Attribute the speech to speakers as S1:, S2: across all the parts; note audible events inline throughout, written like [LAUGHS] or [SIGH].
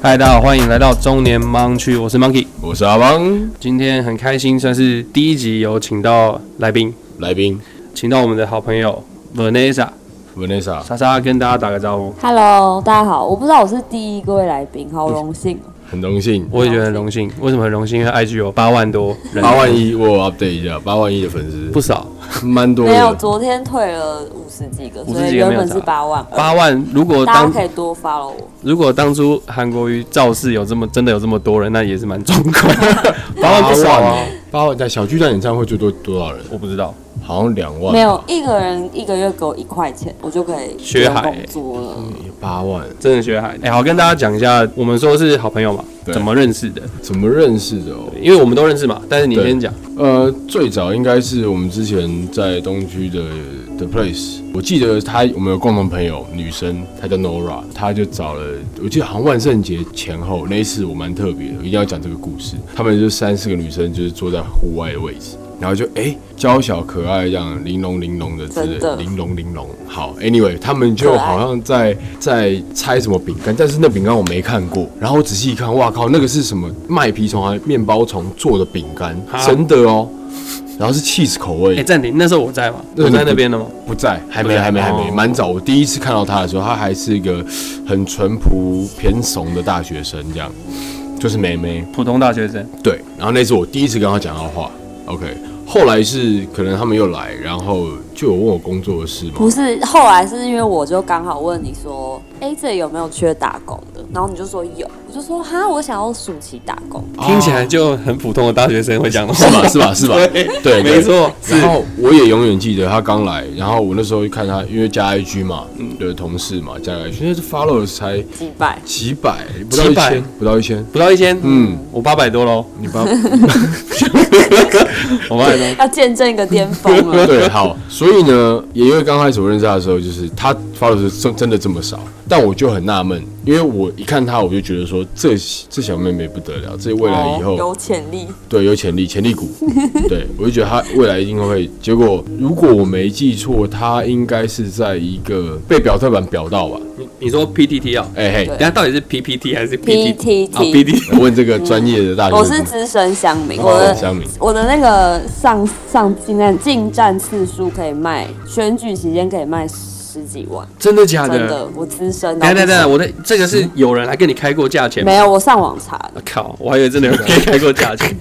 S1: 嗨，大家好，欢迎来到中年 Mon 区，我是 Monkey。
S2: 我是阿邦，
S1: 今天很开心，算是第一集有请到来宾，
S2: 来宾
S1: 请到我们的好朋友 Vanessa
S2: Vanessa，
S1: 莎莎，跟大家打个招呼。
S3: Hello，大家好，我不知道我是第一位来宾，好荣幸哦。
S2: 很荣幸，
S1: 我也觉得很荣幸，为什么很荣幸？因为 IG 有八万多人，
S2: 八万一，我有 update 一下，八万一的粉
S1: 不
S2: 丝，
S1: 少，
S2: 蛮多
S3: 没有，
S2: 的。
S3: 昨天退了五十几个，
S1: 50
S3: 所以
S1: 几个没
S3: 原
S1: 有
S3: 本是
S1: 差
S3: 八万二。
S1: 八万。如果
S3: 大家
S1: 当
S3: 可以多 follow 我，
S1: 如果当初韩国瑜造势有这么真的有这么多人，那也是蛮壮观 [LAUGHS] 的，八万不少啊，
S2: 八万在小巨蛋演唱会最多多少人？
S1: 我不知道。
S2: 好像两万，
S3: 没有一个人一个月给我一块钱，我就可以
S1: 学
S3: 不用
S1: 海
S3: 工作了。
S2: 哎八万，
S1: 真的学海，哎、好跟大家讲一下，我们说是好朋友嘛，
S2: 对
S1: 怎么认识的？
S2: 怎么认识的哦？
S1: 因为我们都认识嘛，但是你
S2: 对
S1: 先讲，
S2: 呃，最早应该是我们之前在东区的的 Place，我记得他我们有共同朋友，女生，她叫 Nora，她就找了，我记得好像万圣节前后那一次我蛮特别的，我一定要讲这个故事。她们就三四个女生就是坐在户外的位置。然后就哎，娇小可爱这样，玲珑玲珑的之类
S3: 真的
S2: 玲珑玲珑。好，anyway，他们就
S3: 可爱
S2: 好像在在拆什么饼干，但是那饼干我没看过。然后我仔细一看，哇靠，那个是什么麦皮虫还是面包虫做的饼干？
S1: 哈
S2: 真的哦，然后是 cheese 口味，
S1: 哎、暂停，那时候我在嘛，
S2: 那
S1: 我
S2: 时候
S1: 在那边的嘛，
S2: 不在，还没，
S1: 不在
S2: 还没，还没，
S1: 哦
S2: 蛮早。我第一次看到他的时候，他还是一个很淳朴、偏怂的大学生，这样，就是妹妹。
S1: 普通大学生，
S2: 对，然后那是我第一次跟他讲到话。OK，后来是可能他们又来，然后就有问我工作的事嘛
S3: 不。是，后来是因为我就刚好问你说，哎、这里有没有缺打工的？然后你就说有，我就说哈，我想要暑期打工。
S1: 听起来就很普通的大学生会讲的
S2: 是
S1: 话，
S2: 吧？是吧？
S1: [LAUGHS]
S2: 是吧？对，对
S1: 没错
S2: 然后我也永远记得他刚来，然后我那时候就看他，因为加 IG 嘛，对，同事嘛，加 IG，那是 follow 才
S3: 几百，
S2: 几百，不到
S1: 几
S2: 一
S1: 百
S2: 千，不到一千。
S1: 不到一千，嗯
S2: 嗯，
S1: 我八百多喽，
S2: 你把
S1: [LAUGHS] 我八百多，
S3: [LAUGHS] 要见证一个巅峰
S1: [LAUGHS]
S3: 了。
S2: 对，好，所以呢，也因为刚开始我认识他的时候，就是他发的是真真的这么少，但我就很纳闷，因为我一看他，我就觉得说这这小妹妹不得了，这未来以后、
S3: 哦有潜力，
S2: 对有潜力，潜力股，对我就觉得他未来一定会。结果如果我没记错，他应该是在一个被表特版表到吧？
S1: 你你说 PTT 啊？
S2: 哎、嘿
S1: 人，家到底是 PPT 还是
S3: PTT
S1: 啊，PTT
S2: [LAUGHS] 我问这个专业的大学生，
S3: 我是资深乡民，
S2: 哦
S3: 我的
S2: 乡民
S3: 我的那个上上进站进站次数可以卖，选举期间可以卖十几万，
S1: 真的假
S3: 真
S1: 的？
S3: 的，我资深。
S1: 啊等一下等一下等一
S3: 然
S1: 下，
S3: 后
S1: 我的这个是有人来跟你开过价钱吗
S3: 没有，我上网查的，
S1: 我靠，我还以为真的有人给你开过价
S3: [LAUGHS]
S1: 钱。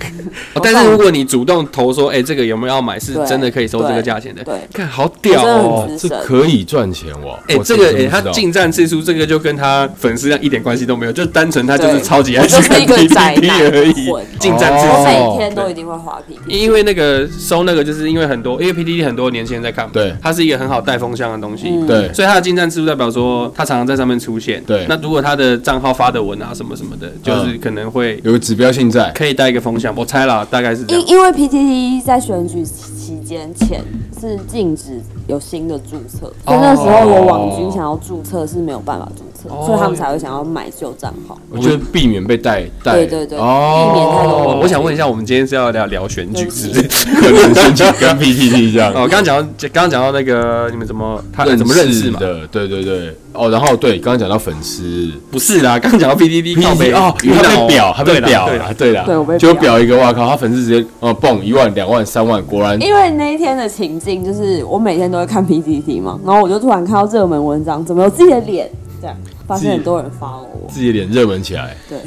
S1: 哦但是如果你主动投说，哎、这个有没有要买，是
S3: 对
S1: 真的可以收这个价钱的。
S3: 对
S1: 看好屌
S3: 我
S1: 哦
S3: 真的很！
S2: 这可以赚钱哦哇！
S1: 哎、
S2: 哇
S1: 这个哎、
S2: 真不
S1: 他
S2: 知道
S1: 进站次数，这个就跟他粉丝量一点关系都没有，就单纯他就是
S3: 对
S1: 超级
S2: 哦
S1: 爱去
S3: 我就是
S1: 看
S3: 一个
S1: PPT
S3: 宅男
S1: 而已
S3: 混。
S1: 进站次
S3: 我
S1: 数，
S3: 每天都一定会滑皮。
S1: 因为那个收那个，就是因为很多，因为 PPT 很多年轻人在看嘛，
S2: 对
S1: 它是一个很好带风向的东西。
S3: 嗯
S2: 对
S1: 所以他的进站次数代表说，他常常在上面出现。
S2: 对
S1: 那如果他的账号发的文啊什么什么的，就是可能会
S2: 有个指标性在。
S1: 可以带一个风向，我猜啦，大概是这样
S3: 因。因为 PTT 在选举期间前是禁止有新的注册，
S1: 哦
S3: 所以那时候我网军想要注册是没有办法注册，
S1: 哦
S3: 所以他们才会想要买旧账号。
S2: 我觉得避免被带带，
S3: 对对对，避
S2: 哦，
S3: 免太多。
S1: 哦，我想问一下，我们今天是要聊聊选举，是不是？
S2: 可能先去跟 PPT
S1: [LAUGHS]
S2: 这样
S1: 哦，刚刚讲到，刚刚讲到那个你们怎么他啊怎么认识嘛？
S2: 的？对对对，哦，然后对，刚刚讲到粉丝
S1: 不是啦，刚刚讲到 PDD 靠背
S2: 哦，
S1: 晕
S2: 他
S1: 倒
S2: 被表，他被表
S1: 对啦
S2: 了，对啦，
S3: 对我被
S2: 就
S3: 表
S2: 表一个，哇靠，他粉丝直接呃蹦一万、两万、三万，果然
S3: 因为那一天的情境就是我每天都会看 PPT 嘛，然后我就突然看到热门文章，怎么有自己的脸？这样发现很多人发我，
S2: 自己的脸热门起来，
S3: 对，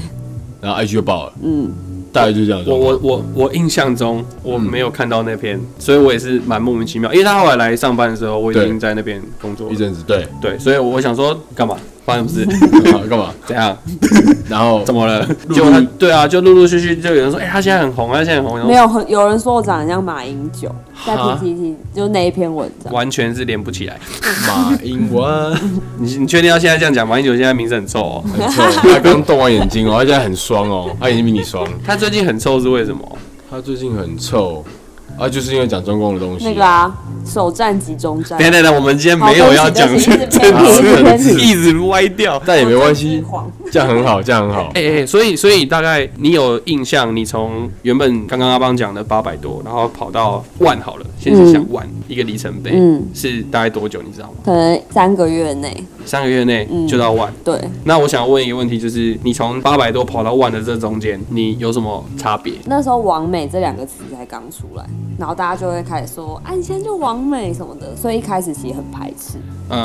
S2: 然后 IG 就爆了，
S3: 嗯，
S2: 大概就这样。
S1: 我我我我印象中我没有看到那篇，所以我也是蛮莫名其妙，因为他后来来上班的时候，我已
S2: 对
S1: 经在那边工作
S2: 一
S1: 了，
S2: 阵子对， [LAUGHS]
S1: 对，所以我想说干嘛发生什么事？
S2: 好干嘛？
S1: 怎样？
S2: 然后
S1: 怎么了？
S2: 陆
S1: 结果他对啊，就陆陆续续就有人说，哎，他现在很红，他现在很红，然后
S3: 没有很有人说我长得像马英九，在
S1: 哈
S3: PPT 就那一篇文章，
S1: 完全是连不起来。
S2: 马英文，
S1: 你你确定要现在这样讲吗？马英九现在名声很臭哦，
S2: 很臭他刚动完眼睛哦，他现在很酸哦，他眼睛比你酸。
S1: 他最近很臭是为什么？
S2: 他最近很臭，啊，就是因为讲中共的东西、
S3: 那个啊，首战集中战
S1: 等一，下等一下，我们今天没有要讲
S3: 好
S1: 这
S3: 对
S1: 个
S3: 不
S1: 政
S3: 起
S2: 对不
S1: 治，
S2: 起
S1: 一直歪掉。
S2: 但也没关
S3: 政
S2: 系
S3: 治，狂
S2: 这样很好，这样很好。
S1: 哎、哎、所以所以大概你有印象，你从原本刚刚阿邦讲的八百多，然后跑到万好了，现实想玩一个里程碑，
S3: 嗯
S1: 是大概多久？你知道吗？
S3: 可能三个月内，
S1: 三个月内
S3: 嗯
S1: 就到万。
S3: 对，
S1: 那我想问一个问题，就是你从八百多跑到万的这中间，你有什么差别？
S3: 那时候“完美”这两个词才刚出来，然后大家就会开始说：“啊，你现在就完美什么的。”所以一开始其实很排斥，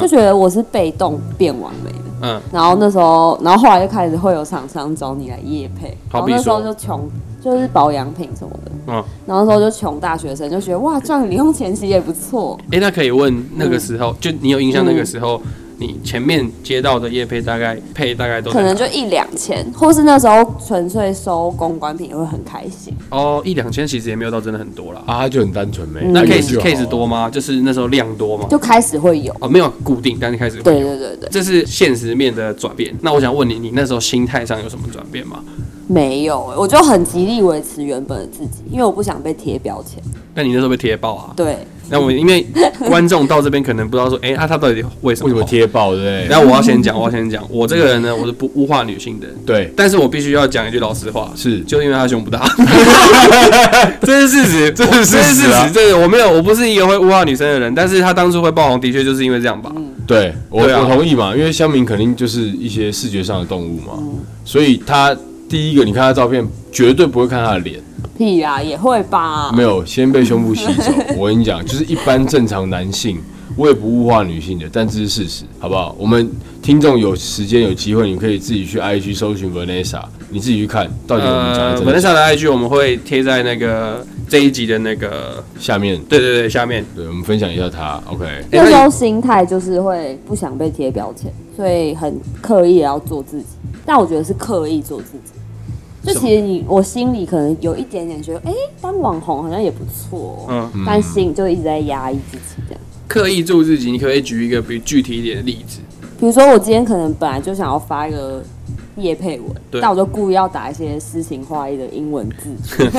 S3: 就
S1: 嗯
S3: 觉得我是被动变完美的。
S1: 嗯，
S3: 然后那时候，然后后来就开始会有厂商找你来夜配，然
S1: 好
S3: 后
S1: 比
S3: 那时候
S1: 说
S3: 就穷，就是保养品什么的。
S1: 嗯
S3: 然后那时候就穷大学生，就觉得哇，赚个零用钱其实也不错。
S1: 诶，哎那可以问那
S3: 嗯
S1: 个时候，就你有印象那个时候，你前面接到的业配大概配大概都在
S3: 可
S1: 哪
S3: 能就一两千，或是那时候纯粹收公关品也会很开心。
S1: 哦一两千，其实也没有到真的很多啦。
S2: 啊，他就很单纯没。
S3: 嗯
S1: 那
S2: 有
S1: case
S2: 就好啊
S1: case 多吗？就是那时候量多吗？
S3: 就开始会有，
S1: 哦，没有固定，但是开始会
S3: 对
S1: 有。
S3: 对对对，
S1: 这是现实面的转变。那我想问你，你那时候心态上有什么转变吗？
S3: 没有，我就很极力维持原本的自己，因为我不想被贴标签。
S1: 那你那时候被贴爆啊？
S3: 对，
S1: 那我因为观众到这边可能不知道说，哎、啊，他到底为什么
S2: 为什么
S1: 红？
S2: 贴爆对不对？
S1: 那我要先讲，我要先讲，我这个人呢，我是不污化女性的人，
S2: 对，
S1: 但是我必须要讲一句老实话，
S2: 是
S1: 就因为他胸不
S2: [LAUGHS]
S1: 大，这是事实，
S2: 这是事实啊
S1: 这是这个我没有，我不是一个会污化女生的人，但是他当初会爆红，的确就是因为这样吧。
S2: 对我
S1: 对啊
S2: 我同意嘛，因为乡民肯定就是一些视觉上的动物嘛，
S3: 嗯
S2: 所以他第一个你看他照片，绝对不会看他的脸，
S3: 屁啦，也会吧
S2: 没。有先被胸部吸
S3: [LAUGHS]
S2: 走。我跟你讲，就是一般正常男性，我也不物化女性的，但这是事实，好不好？我们听众有时间有机会，你可以自己去 IG 搜寻 Vanessa，你自己去看到底我们讲的
S1: 呃，
S2: 真
S1: 本
S2: 的
S1: 来
S2: 假
S1: 下
S2: 的。
S1: 的 IG 我们会贴在那个这一集的那个，
S2: 下面
S1: 对对对，下面。
S2: 对我们分享一下他，OK，
S1: 诶
S3: 那时
S1: 那
S3: 候
S1: 你
S3: 心态就是会不想被贴标签，所以很刻意的要做自己。但我觉得是刻意做自己，就其实你我心里可能有一点点觉得，哎、当网红好像也不错、哦
S1: 嗯
S3: 但心就一直在压抑自己这样。
S1: 刻意做自己，你可不可以举一个比具体一点的例子？
S3: 比如说我今天可能本来就想要发一个叶配文，
S1: 对
S3: 但我就故意要打一些诗情画意的英文字，
S1: [LAUGHS]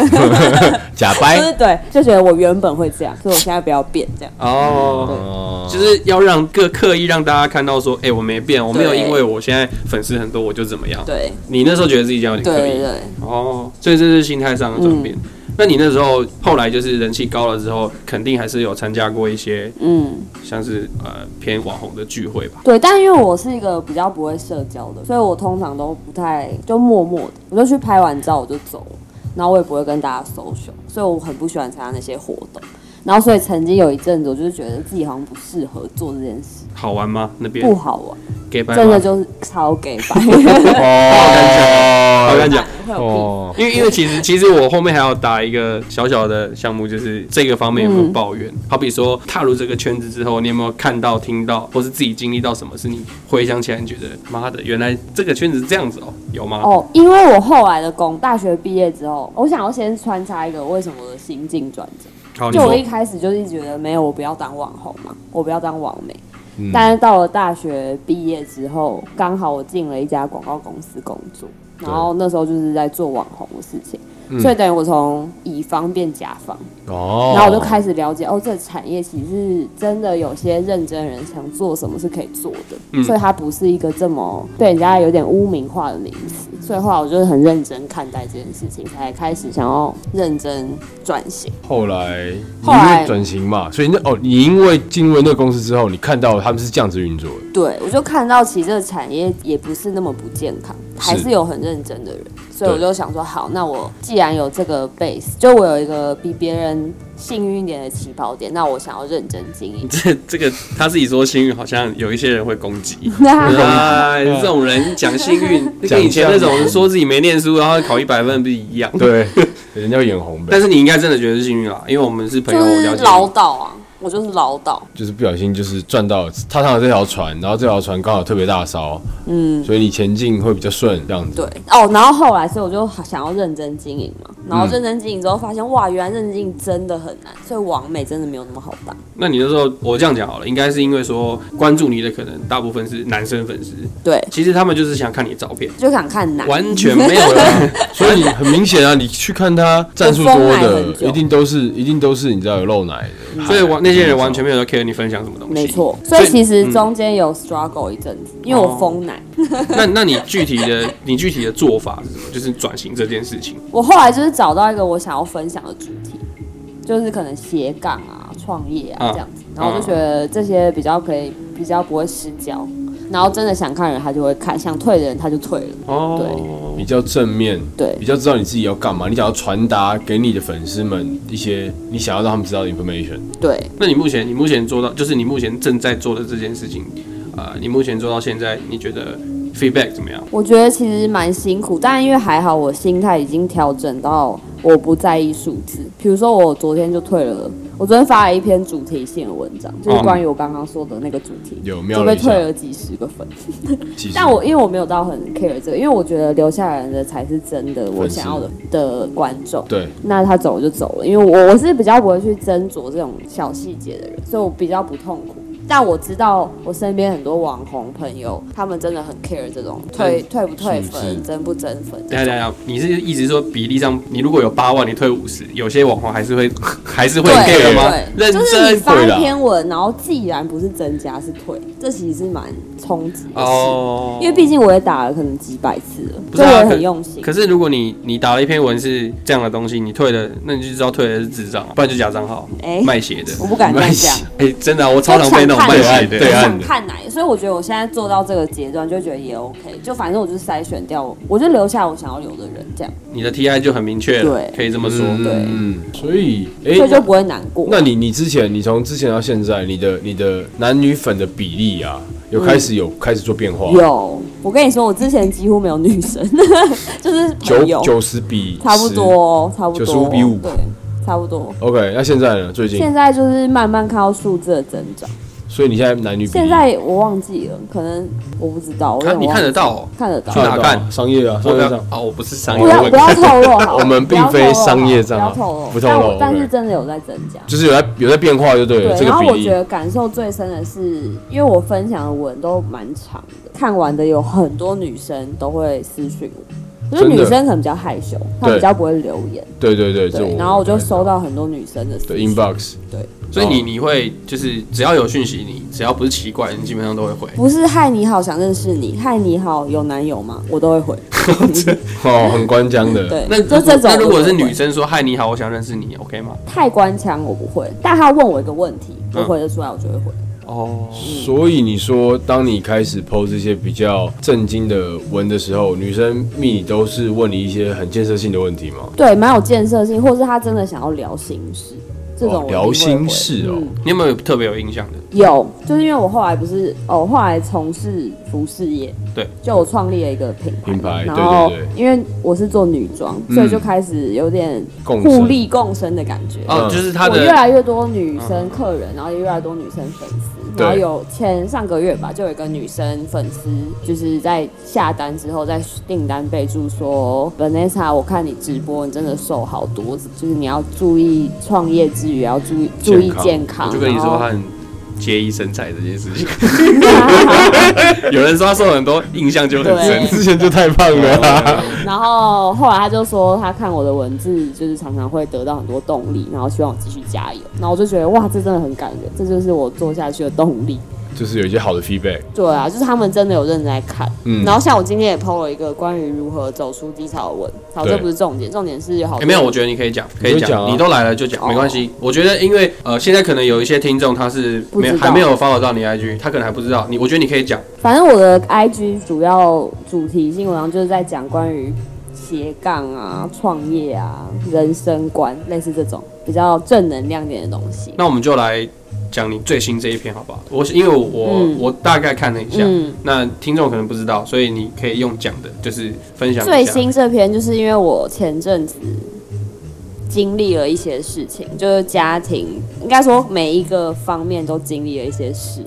S2: 假
S1: 哎
S3: 就
S2: 掰
S3: 是对，就觉得我原本会这样，所以我现在不要变这样。
S1: 哦，
S2: 哦，
S1: 就是要让各刻意让大家看到说，哎、我没变，我没有
S3: 对
S1: 因为我现在粉丝很多我就怎么样。
S3: 对，
S1: 你那时候觉得自己这样有点
S3: 对
S1: 刻
S3: 对嗯
S1: 意，
S3: 对。
S1: 哦，所以这是心态上的转变。那你那时候后来就是人气高了之后，肯定还是有参加过一些
S3: 嗯，
S1: 像是呃偏网红的聚会吧？
S3: 对，但因为我是一个比较不会社交的，所以我通常都不太就默默的，我就去拍完照我就走了，然后我也不会跟大家 social，所以我很不喜欢参加那些活动。然后所以曾经有一阵子，我就是觉得自己好像不适合做这件事，
S1: 好玩吗？那边
S3: 不好玩，
S1: 给拜
S3: 真的
S1: 吗？
S3: 就是超给 [LAUGHS] 白，
S1: 我跟
S2: 哦
S1: 你讲，
S3: 会有屁
S2: 哦，
S1: 因为因为其实其实我后面还要打一个小小的项目，就是这个方面有没
S3: 嗯
S1: 有抱怨？好比说踏入这个圈子之后，你有没有看到、听到，或是自己经历到什么是你回想起来你觉得妈的，原来这个圈子这样子哦、有吗？
S3: 哦，因为我后来的工，大学毕业之后，我想要先穿插一个为什么我的心境转折。
S1: 好，哦你
S3: 就我
S1: 说。
S3: 一开始就是觉得没有，我不要当网红嘛，我不要当网媒。嗯
S2: 嗯
S3: 但是到了大学毕业之后，刚好我进了一家广告公司工作，然后那时候就是在做网红的事情，所以等于我从乙方变甲方，
S2: 哦，
S3: 然后我就开始了解，哦，这个产业其实是真的有些认真的人想做什么是可以做的，所以它不是一个这么被人家有点污名化的名词。所以后来我就是很认真看待这件事情，才开始想要认真转型。
S2: 后来，
S3: 后来
S2: 你因为转型嘛，所以那哦，你因为进入那个公司之后，你看到他们是这样子运作的，
S3: 对，我就看到其实这个产业也不是那么不健康，还是有很认真的人，所以我就想说，好，那我既然有这个 base，就我有一个比别人幸运一点的起跑点，那我想要认真经
S1: [LAUGHS]
S3: 营
S1: 这 [LAUGHS] 这个他自己说幸运，好像有一些人会攻
S3: [LAUGHS]
S1: 击。[LAUGHS]
S3: 那
S1: 哎，这种人讲幸
S3: [LAUGHS]
S1: 运，跟以前那种说自己没念书然后考一百分不是一样？
S2: 对， [LAUGHS] 人家会眼红呗
S1: 但，是你应该真的觉得是幸运啦，因为我们是朋友，
S3: 就
S1: 我
S3: 是
S1: 了解
S3: 唠
S1: 你。
S3: 叨啊，我就是唠叨。
S2: 就是不小心就是赚到踏上了这条船，然后这条船刚好特别大艘，嗯，所以你前进会比较顺这样子。
S3: 对哦，然后后来，所以我就想要认真经营嘛。然后认真经营之后，发现哇，原来认真经营真的很难，所以网美真的没有那么好当。
S1: 那你那时候，我这样讲好了，应该是因为说关注你的可能大部分是男生粉丝，
S3: 对，
S1: 其实他们就是想看你的照片，
S3: 就想看男，
S1: 完
S3: [LAUGHS]
S1: 全没有人。
S2: 所以你很明显啊，你去看他战术多
S3: 就疯奶
S2: 的
S3: 很，久
S2: 一定都是一定都是你知道有露奶的，
S1: 所以完那些人完全没有人 care 你分享什么东西。
S3: 没错。所以其
S1: 嗯
S3: 实中间有 struggle 一阵子，因为我
S1: 哦
S3: 疯男。
S1: 那那你具体的你具体的做法是什么？就是转型这件事情。
S3: 我后来就是找到一个我想要分享的主题，就是可能斜杠啊、创业啊
S2: 嗯
S1: 啊
S3: 这样子，然后我就觉得这些比较可以，比较不会失焦。然后真的想看的人他就会看，想退的人他就退了。
S1: 哦，
S2: 比较正面，
S3: 对
S2: 比较知道你自己要干嘛，你想要传达给你的粉丝们一些你想要让他们知道的 information。
S3: 对，
S1: 那你目前你目前做到，就是你目前正在做的这件事情，呃，你目前做到现在，你觉得 feedback 怎么样？
S3: 我觉得其实蛮辛苦，但因为还好我心态已经调整到我不在意数字。比如说我昨天就退了，我昨天发了一篇主题性的文章，就是
S1: 嗯
S3: 关于我刚刚说的那个主题，
S2: 有瞄
S3: 就
S2: 了
S3: 被
S2: 一
S3: 退
S2: 下，
S3: 了几十个粉。
S2: 其实
S3: 但我因为我没有到很 care 这个，因为我觉得留下来的才是真的我想要的的观众。
S2: 对
S3: 那他走就走了，因为我我是比较不会去斟酌这种小细节的人，所以我比较不痛苦。但我知道我身边很多网红朋友，他们真的很 care 这种退退不退
S2: 是
S3: 粉、争不争粉。
S1: 等一下等一下，你是一直说比例上，你如果有八万，你退五十，有些网红还是会 [LAUGHS] 还是会
S3: 对
S1: gay 吗？
S3: 对，
S1: 认
S3: 就是你
S1: 真
S3: 发
S2: 对
S3: 一
S2: 啦
S3: 篇文，然后既然不是增加是退，这其实是蛮冲击的事。
S1: 哦，
S3: 因为毕竟我也打了可能几百次了，
S1: 不
S3: 所
S1: 是
S3: 以
S1: 啊
S3: 我也
S1: 可
S3: 很用心。
S1: 可是如果你你打了一篇文是这样的东西，你退了，那你就知道退的是智障，不然就假账号、
S3: 哎、
S1: 卖血的。
S3: 我不敢乱讲。
S1: 哎、真的啊、我 [LAUGHS] 超常被那种卖
S3: 就想
S1: 血
S3: 看
S1: 的。
S2: 对
S3: 我
S2: 啊
S3: 想看哪一个，所以我觉得我现在做到这个阶段，就觉得也 OK，就反正我就是筛选掉，我就留下我想要留的人，这样，
S1: 你的 TI 就很明确了
S3: 对，
S1: 可以这么说。
S2: 嗯
S3: 对
S2: 嗯，所以哎
S3: 所以就不会难过。
S2: 那你你之前，你从之前到现在，你的你的男女粉的比例啊，有开始有、开始做变化，
S3: 嗯有，我跟你说，我之前几乎没有女生， [LAUGHS] 就是朋友
S2: 九，九十比
S3: 差不
S2: 10。
S3: 多，差不多，
S2: 95比5
S3: 对，差不多。
S2: OK，那现在呢？最近，
S3: 现在就是慢慢看到数字的增长，
S2: 所以你现在男女比例
S3: 现在我忘记了，可能我不知道，我有
S1: 啊，
S3: 点
S1: 你
S3: 忘
S1: 看
S3: 记
S1: 得到、哦？
S3: 看得到
S1: 去。哪看
S2: 商业啊，
S1: 我
S2: 商
S1: 不
S2: 业
S1: 要
S2: 上。
S1: 哦，我不是商业
S3: 不要
S1: 问
S3: 不
S1: 题。
S3: 要透
S2: [LAUGHS]
S3: 露好了，
S2: 哎我们并
S3: 不要透露
S2: 非
S3: 好了
S2: 商业账号
S3: 不要透露，
S2: 不透
S3: 但
S2: 露
S3: 我但是
S2: OK
S3: 真的有在增加。
S2: 就是有在有在变化，就对了。
S3: 对，
S2: 这个
S3: 然后
S2: 比
S3: 我
S2: 例
S3: 觉得感受最深的是，因为我分享的文都蛮长的，看完的有很多女生都会私讯我，就是
S2: 真的
S3: 女生可能比较害羞，她们比较不会留言，
S2: 对对对，这
S3: 对，然后我就收到很多女生的私
S2: 对
S3: 讯，
S2: inbox，
S1: 所以你你会就是只要有讯息，你只要不是奇怪，你基本上都会
S3: [LAUGHS]
S1: 回。
S3: 不是嗨你好想认识你，嗨你好有男
S2: [LAUGHS]
S3: 友吗？我都会回，
S2: 哦，很官腔的。
S3: [LAUGHS] 对，
S1: 那
S3: 就这种
S1: 那如果
S3: 我都
S1: 是
S3: 会
S1: 女生说嗨你好，我想认识你，OK 吗？
S3: 太官腔我不会，但她问我一个问题，我
S1: 嗯
S3: 回得出来我就会回，
S1: 哦，
S2: 所以你说，当你开始 PO 这些比较震惊的文的时候，女生密你都是问你一些很建设性的问题吗？
S3: 对，蛮有建设性，或是她真的想要聊心事，这种
S2: 哦
S3: 我一定会
S2: 聊
S3: 回
S2: 心事哦
S3: 嗯，
S1: 你有没有特别有印象的？
S3: 有，就是因为我后来不是哦，我后来从事服饰业，
S1: 对，
S3: 就我创立了一个品牌，
S2: 品牌
S3: 然
S2: 对
S3: 后
S2: 对
S3: 因为我是做女装，
S2: 嗯
S3: 所以就开始有点
S2: 共
S3: 互
S2: 生
S3: 利共生的感觉。
S1: 哦，
S2: 嗯
S1: 就是他
S3: 我越
S1: 的
S3: 来越多女生客人，然后也越来越多女生粉丝，
S2: 对
S3: 然后有前上个月吧，就有一个女生粉丝，就是在下单之后，在订单备注说，Vanessa，我哦看你直播，你真的瘦好多，就是你要注意创业之余也要注意注意
S2: 健
S1: 我
S2: 康
S3: 健康。
S1: 就跟你
S3: 然
S1: 说
S3: 后
S1: 他很介意身材这件事情。
S3: [LAUGHS]
S1: 有人说他瘦很多，印象就很深
S3: 对。
S2: 之前就太胖了、啊，
S3: 然后后来他就说，他看我的文字，就是常常会得到很多动力，然后希望我继续加油。然后我就觉得哇，这真的很感人，这就是我做下去的动力。
S2: 就是有一些好的 feedback。
S3: 对啊，就是他们真的有认真在看。
S2: 嗯
S3: 然后像我今天也 PO 了一个关于如何走出低潮的文，好，
S2: 对
S3: 这不是重点，重点是有好
S1: 哎、
S3: 多、
S1: 没有，我觉得你可以讲，可以
S2: 你就讲
S1: 讲，
S2: 啊
S1: 你都来了就讲，
S3: 哦
S1: 没关系。我觉得，因为呃，现在可能有一些听众他是
S3: 不
S1: 没
S3: 知道
S1: 还没有 follow 到你 IG，他可能还不知道你。我觉得你可以讲，
S3: 反正我的 IG 主要主题性文章就是在讲关于斜杠啊、创业啊、人生观，类似这种比较正能量点的东西。
S1: 那我们就来讲你最新这一篇，好不好？我因为我我,、
S3: 嗯
S1: 我大概看了一下，
S3: 嗯
S1: 那听众可能不知道，所以你可以用讲的，就是分享一下
S3: 最新这篇就是因为我前阵子经历了一些事情，就是家庭，应该说每一个方面都经历了一些事，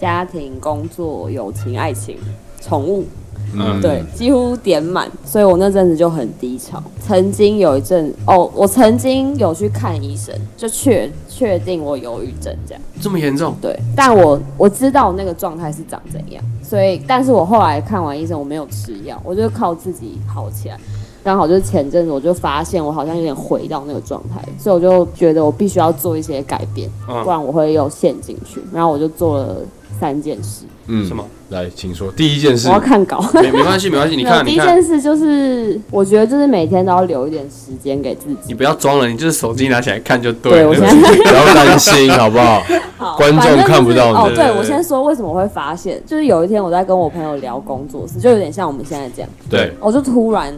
S3: 家庭、工作、友情、爱情、宠物，
S1: 嗯
S3: 对，，几乎点满，所以我那阵子就很低潮。曾经有一阵，哦，我曾经有去看医生，就确确定我忧郁症这样。
S1: 这么严重，
S3: 对，但我我知道我那个状态是长怎样，所以，但是我后来看完医生，我没有吃药，我就靠自己好起来。刚好就是前阵子，我就发现我好像有点回到那个状态，所以我就觉得我必须要做一些改变，
S1: 嗯
S3: 不然我会又陷进去。然后我就做了三件事，
S2: 嗯
S1: 什么？
S2: 来，请说第一件事
S3: 我。要看稿。
S1: 没没关系，没关
S3: [LAUGHS]
S1: 系，你
S3: 没有
S1: 看，
S3: 第
S1: 你
S3: 一
S1: 看
S3: 件，事就是，我觉得就是每天都要留一点时间给自己。
S1: 你不要装了，你就是手机拿起来看就对
S3: 对
S1: 了。
S3: 我现在
S2: 不要担心，好不
S3: [LAUGHS]
S2: 好？
S3: 好
S2: 观众
S3: 反正就是
S2: 看不到你
S3: 哦。
S1: 对对
S3: 对，
S1: 对
S3: 我先说为什么会发现，就是有一天我在跟我朋友聊工作室，就有点像我们现在这样，
S2: 对，
S3: 我就突然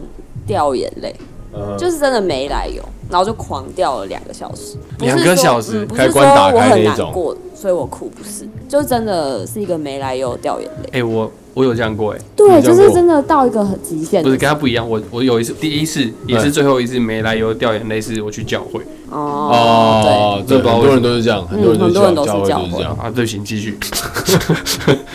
S3: 掉眼泪，
S1: 呃
S3: 就是真的没来由，然后就狂掉了两个小时，不是
S1: 两
S3: 说
S1: 个小时
S3: 嗯不
S2: 开
S3: 是说
S2: 关打
S3: 我
S2: 开
S3: 很
S2: 那一
S3: 难
S2: 种
S3: 过，所以我哭，不是，就真的是一个没来由掉眼泪。
S1: 哎、我我有这样过哎、
S3: 对，
S2: 你这
S3: 就
S2: 样
S3: 是
S2: 过
S3: 真的到一个很极限
S1: 不
S3: 的
S1: 是
S3: 时
S1: 跟他不一样，我我有一次第一次也是
S2: 嗯
S1: 最后一次没来由掉眼泪，是我去教会
S3: 候。哦，对。
S2: 哦，对，
S1: 这不好
S2: 很多人都是这样，很多人这样
S3: 嗯很多人都是
S2: 教会就
S3: 这样
S2: 是这样。
S1: 啊。对不起，你继续。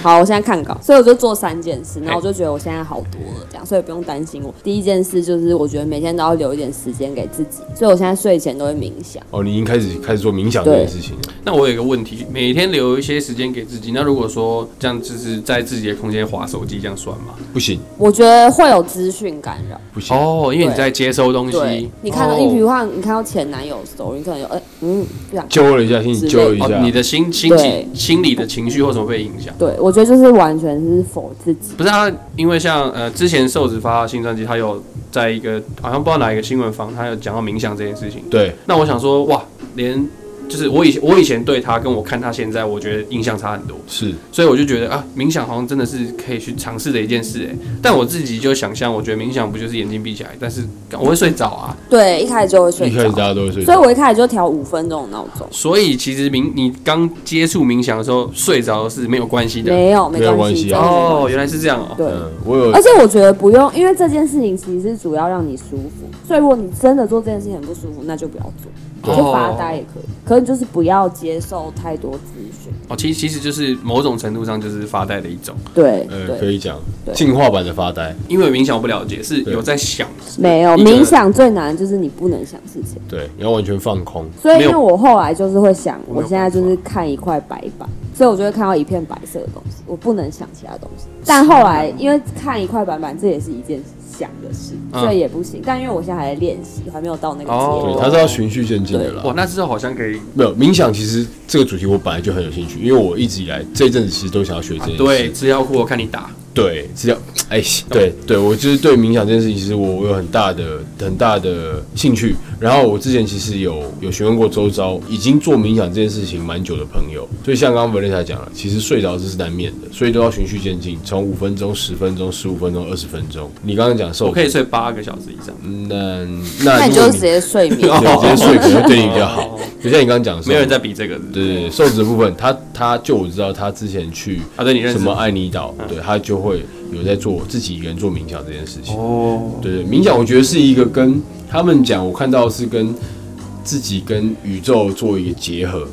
S3: 好，我现在看稿，所以我就做三件事，然后我就觉得我现在好多了，这样，所以不用担心我。第一件事就是，我觉得每天都要留一点时间给自己，所以我现在睡前都会冥想。
S2: 哦，你已经开始开始做冥想这件事情了，
S1: 那我有一个问题，每天留一些时间给自己，那如果说这样就是在自己的空间划手机，这样算吗？
S2: 不行
S3: 我觉得会有资讯干扰，
S2: 不行，
S1: 哦，因为你在接收东
S3: 对
S1: 西，
S3: 你看到，
S1: 哦
S3: 你比如看，你看到前男友的时候，你可能有，呃，嗯，不想看。
S2: 揪了一下，先揪了一
S1: 哦
S2: 下，
S1: 你的心心
S3: 对
S1: 情、心理的情绪或什么被影响。
S3: 对，我觉得就是完全是否自己，
S1: 不是他，因为像呃之前瘦子发新专辑，他有在一个好像不知道哪一个新闻房，他有讲到冥想这件事情。
S2: 对，
S1: 那我想说，哇，连就是我以前我以前对他跟我看他现在，我觉得印象差很多，
S2: 是
S1: 所以我就觉得啊，冥想好像真的是可以去尝试的一件事哎。但我自己就想象，我觉得冥想不就是眼睛闭起来，但是我会睡着啊。
S3: 对，一开始就会睡
S2: 一开始
S3: 着，
S2: 大家都会睡
S3: 所以
S2: 着，
S3: 我一开始就调五分钟的闹钟，
S1: 所以其实冥你刚接触冥想的时候睡着是没有关系的。
S3: 没有，没
S2: 没有关
S3: 关
S2: 系
S3: 系，
S2: 啊
S3: 真的没
S1: 哦，
S3: 关系
S1: 原来是这样哦。
S3: 对。
S2: 嗯，我有
S3: 而且我觉得不用，因为这件事情其实是主要让你舒服，所以如果你真的做这件事情很不舒服，那就不要做，
S1: 哦
S3: 就发呆也可以。可是你就是不要接受太多资讯，
S1: 哦，其实其实就是某种程度上就是发呆的一种，
S3: 对
S1: 哎
S2: 呃可
S3: 对，
S2: 以讲
S3: 对
S2: 进化版的发呆，
S1: 因为冥想我不了解，是有在想，
S3: 没有
S1: 一个
S3: 冥想最难的就是你不能想事情。
S2: 对，你要完全放空，
S3: 所以，
S1: 没
S3: 因
S1: 有
S3: 为我后来就是会想，
S1: 没有
S3: 我现在就是看一块白板，所以我就会看到一片白色的东西，我不能想其他东西。但后来，因为看一块白板，这也是一件想的事，
S1: 嗯
S3: 所以也不行。但因为我现在还在练习，还没有到那个
S1: 哦
S3: 阶
S2: 对，
S3: 段。
S2: 它是要循序渐进的啦。
S1: 哇，哦那之后好像可以
S2: 没有冥想，其实这个主题我本来就很有兴趣，因为我一直以来这一阵子其实都想要学这
S1: 啊
S2: 件事。
S1: 对，资料库我看你打，
S2: 对，是要哎，对对，我就是对冥想这件事情，其实我我有很大的很大的兴趣。然后我之前其实有有询问过周遭已经做冥想这件事情蛮久的朋友，所以像刚刚文丽才讲了，其实睡着这是难免的，所以都要循序渐进，从五分钟、十分钟、十五分钟、二十分钟。你刚刚讲瘦，
S1: 我可以睡八个小时以上。
S2: 嗯那
S3: 那
S2: 那
S3: 你
S2: 如果
S3: 就直接睡
S1: [LAUGHS]
S3: 眠。
S2: 对直接睡可能会对你比较好
S1: 哦。
S2: 就像你刚刚讲的，
S1: 没有人在比这个，对
S2: 对对对，瘦子的部分，他他就我知道，他之前去
S1: 啊，对你认识
S2: 什么爱尼岛，对他就会有在做自己一个人做冥想这件事情。
S1: 哦，
S2: 对对，冥想我觉得是一个跟他们讲，我看到是跟自己跟宇宙做一个结合。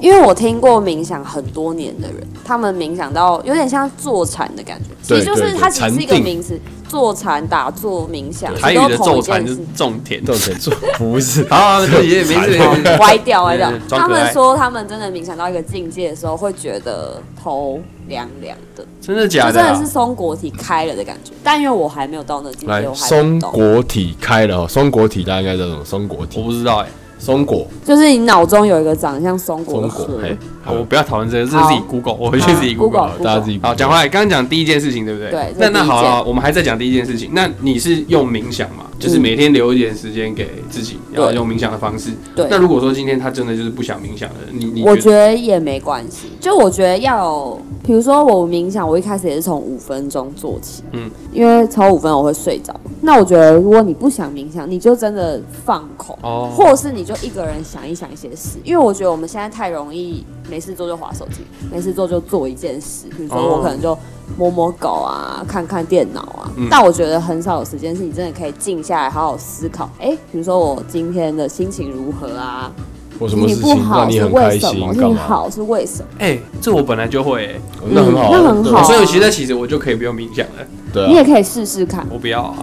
S3: 因为我听过冥想很多年的人，他们冥想到有点像坐禅的感觉，其
S2: 对
S3: 实就
S2: 对
S3: 是
S2: 对
S3: 它其实是
S2: 禅
S3: 一个
S2: 定
S3: 名词，坐禅、打坐、冥想，
S1: 台语
S3: 都
S1: 的
S3: 同
S1: 种
S3: 一
S1: 田
S3: 件
S1: 就
S3: 事
S1: 是。种田。
S2: 到底做不 [LAUGHS] 是？
S1: 好好，没事没事没事。
S3: [LAUGHS]
S1: [LAUGHS]
S3: 歪掉歪掉
S1: 对对。装
S3: 他
S1: 可爱
S3: 们说他们真的冥想到一个境界的时候，会觉得头凉凉的，
S1: 真的
S3: 就
S1: 假
S3: 真
S1: 的
S3: 的
S1: 啊
S3: 是？松果体开了的感觉。但因为我还没有到那境
S2: 来
S3: 界，我，还
S2: 松
S3: 不懂。
S2: 果体开了哦，松果体大家应该知道什么？松果
S1: 我
S2: 体，
S1: 不知道哎，
S2: 松果，
S3: 就是你脑中有一个长得像松果
S2: 松
S3: 的
S2: 果
S3: 核，，啊
S2: 嘿，
S1: 好我不要讨论这个，这是
S3: 好
S1: 自己 Google，我回去自己
S3: 好
S1: Google。
S3: Google
S2: 大家自己
S1: 好，讲回来，刚刚讲第一件事情，对不对？
S3: 对这
S1: 那
S3: 是
S1: 那
S3: 第一
S1: 好
S3: 件
S1: 了，我们还在讲第一件事情。那你是用冥想嘛？就是
S3: 嗯
S1: 每天留一点时间给自己，然后
S3: 对
S1: 用冥想的方式。
S3: 嗯对
S1: 那如果说今天他真的就是不想冥想了，你你
S3: 我
S1: 觉
S3: 觉得也没关系。就我觉得要有，比如说我冥想，我一开始也是从五分钟做起，
S1: 嗯
S3: 嗯，因为超五分钟我会睡着。那我觉得如果你不想冥想，你就真的放空，
S1: 哦
S3: 或是你就一个人想一想一些事。因为我觉得我们现在太容易没事做就划手机，没事做就做一件事，比如说
S1: 哦
S3: 我可能就摸摸狗啊，看看电脑啊。
S1: 嗯
S3: 但我觉得很少有时间是你真的可以静下来好好思考，哎、比如说我今天的心情如何啊，
S2: 或什么
S3: 你
S2: 事
S3: 不
S2: 情
S3: 好
S2: 让你
S3: 是
S2: 很
S3: 为
S2: 开
S3: 什
S2: 心
S3: 么？？
S2: 干
S3: 你
S2: 嘛？
S3: 好是为什么？
S1: 哎、这我本来就会、欸，
S2: 哦那很好啊，
S3: 嗯那很
S2: 对
S3: 好啊
S1: 所以其实其实我就可以不用冥想了。
S2: 对啊
S3: 你也可以试试看。
S1: 我不要、
S3: [LAUGHS]
S1: 啊，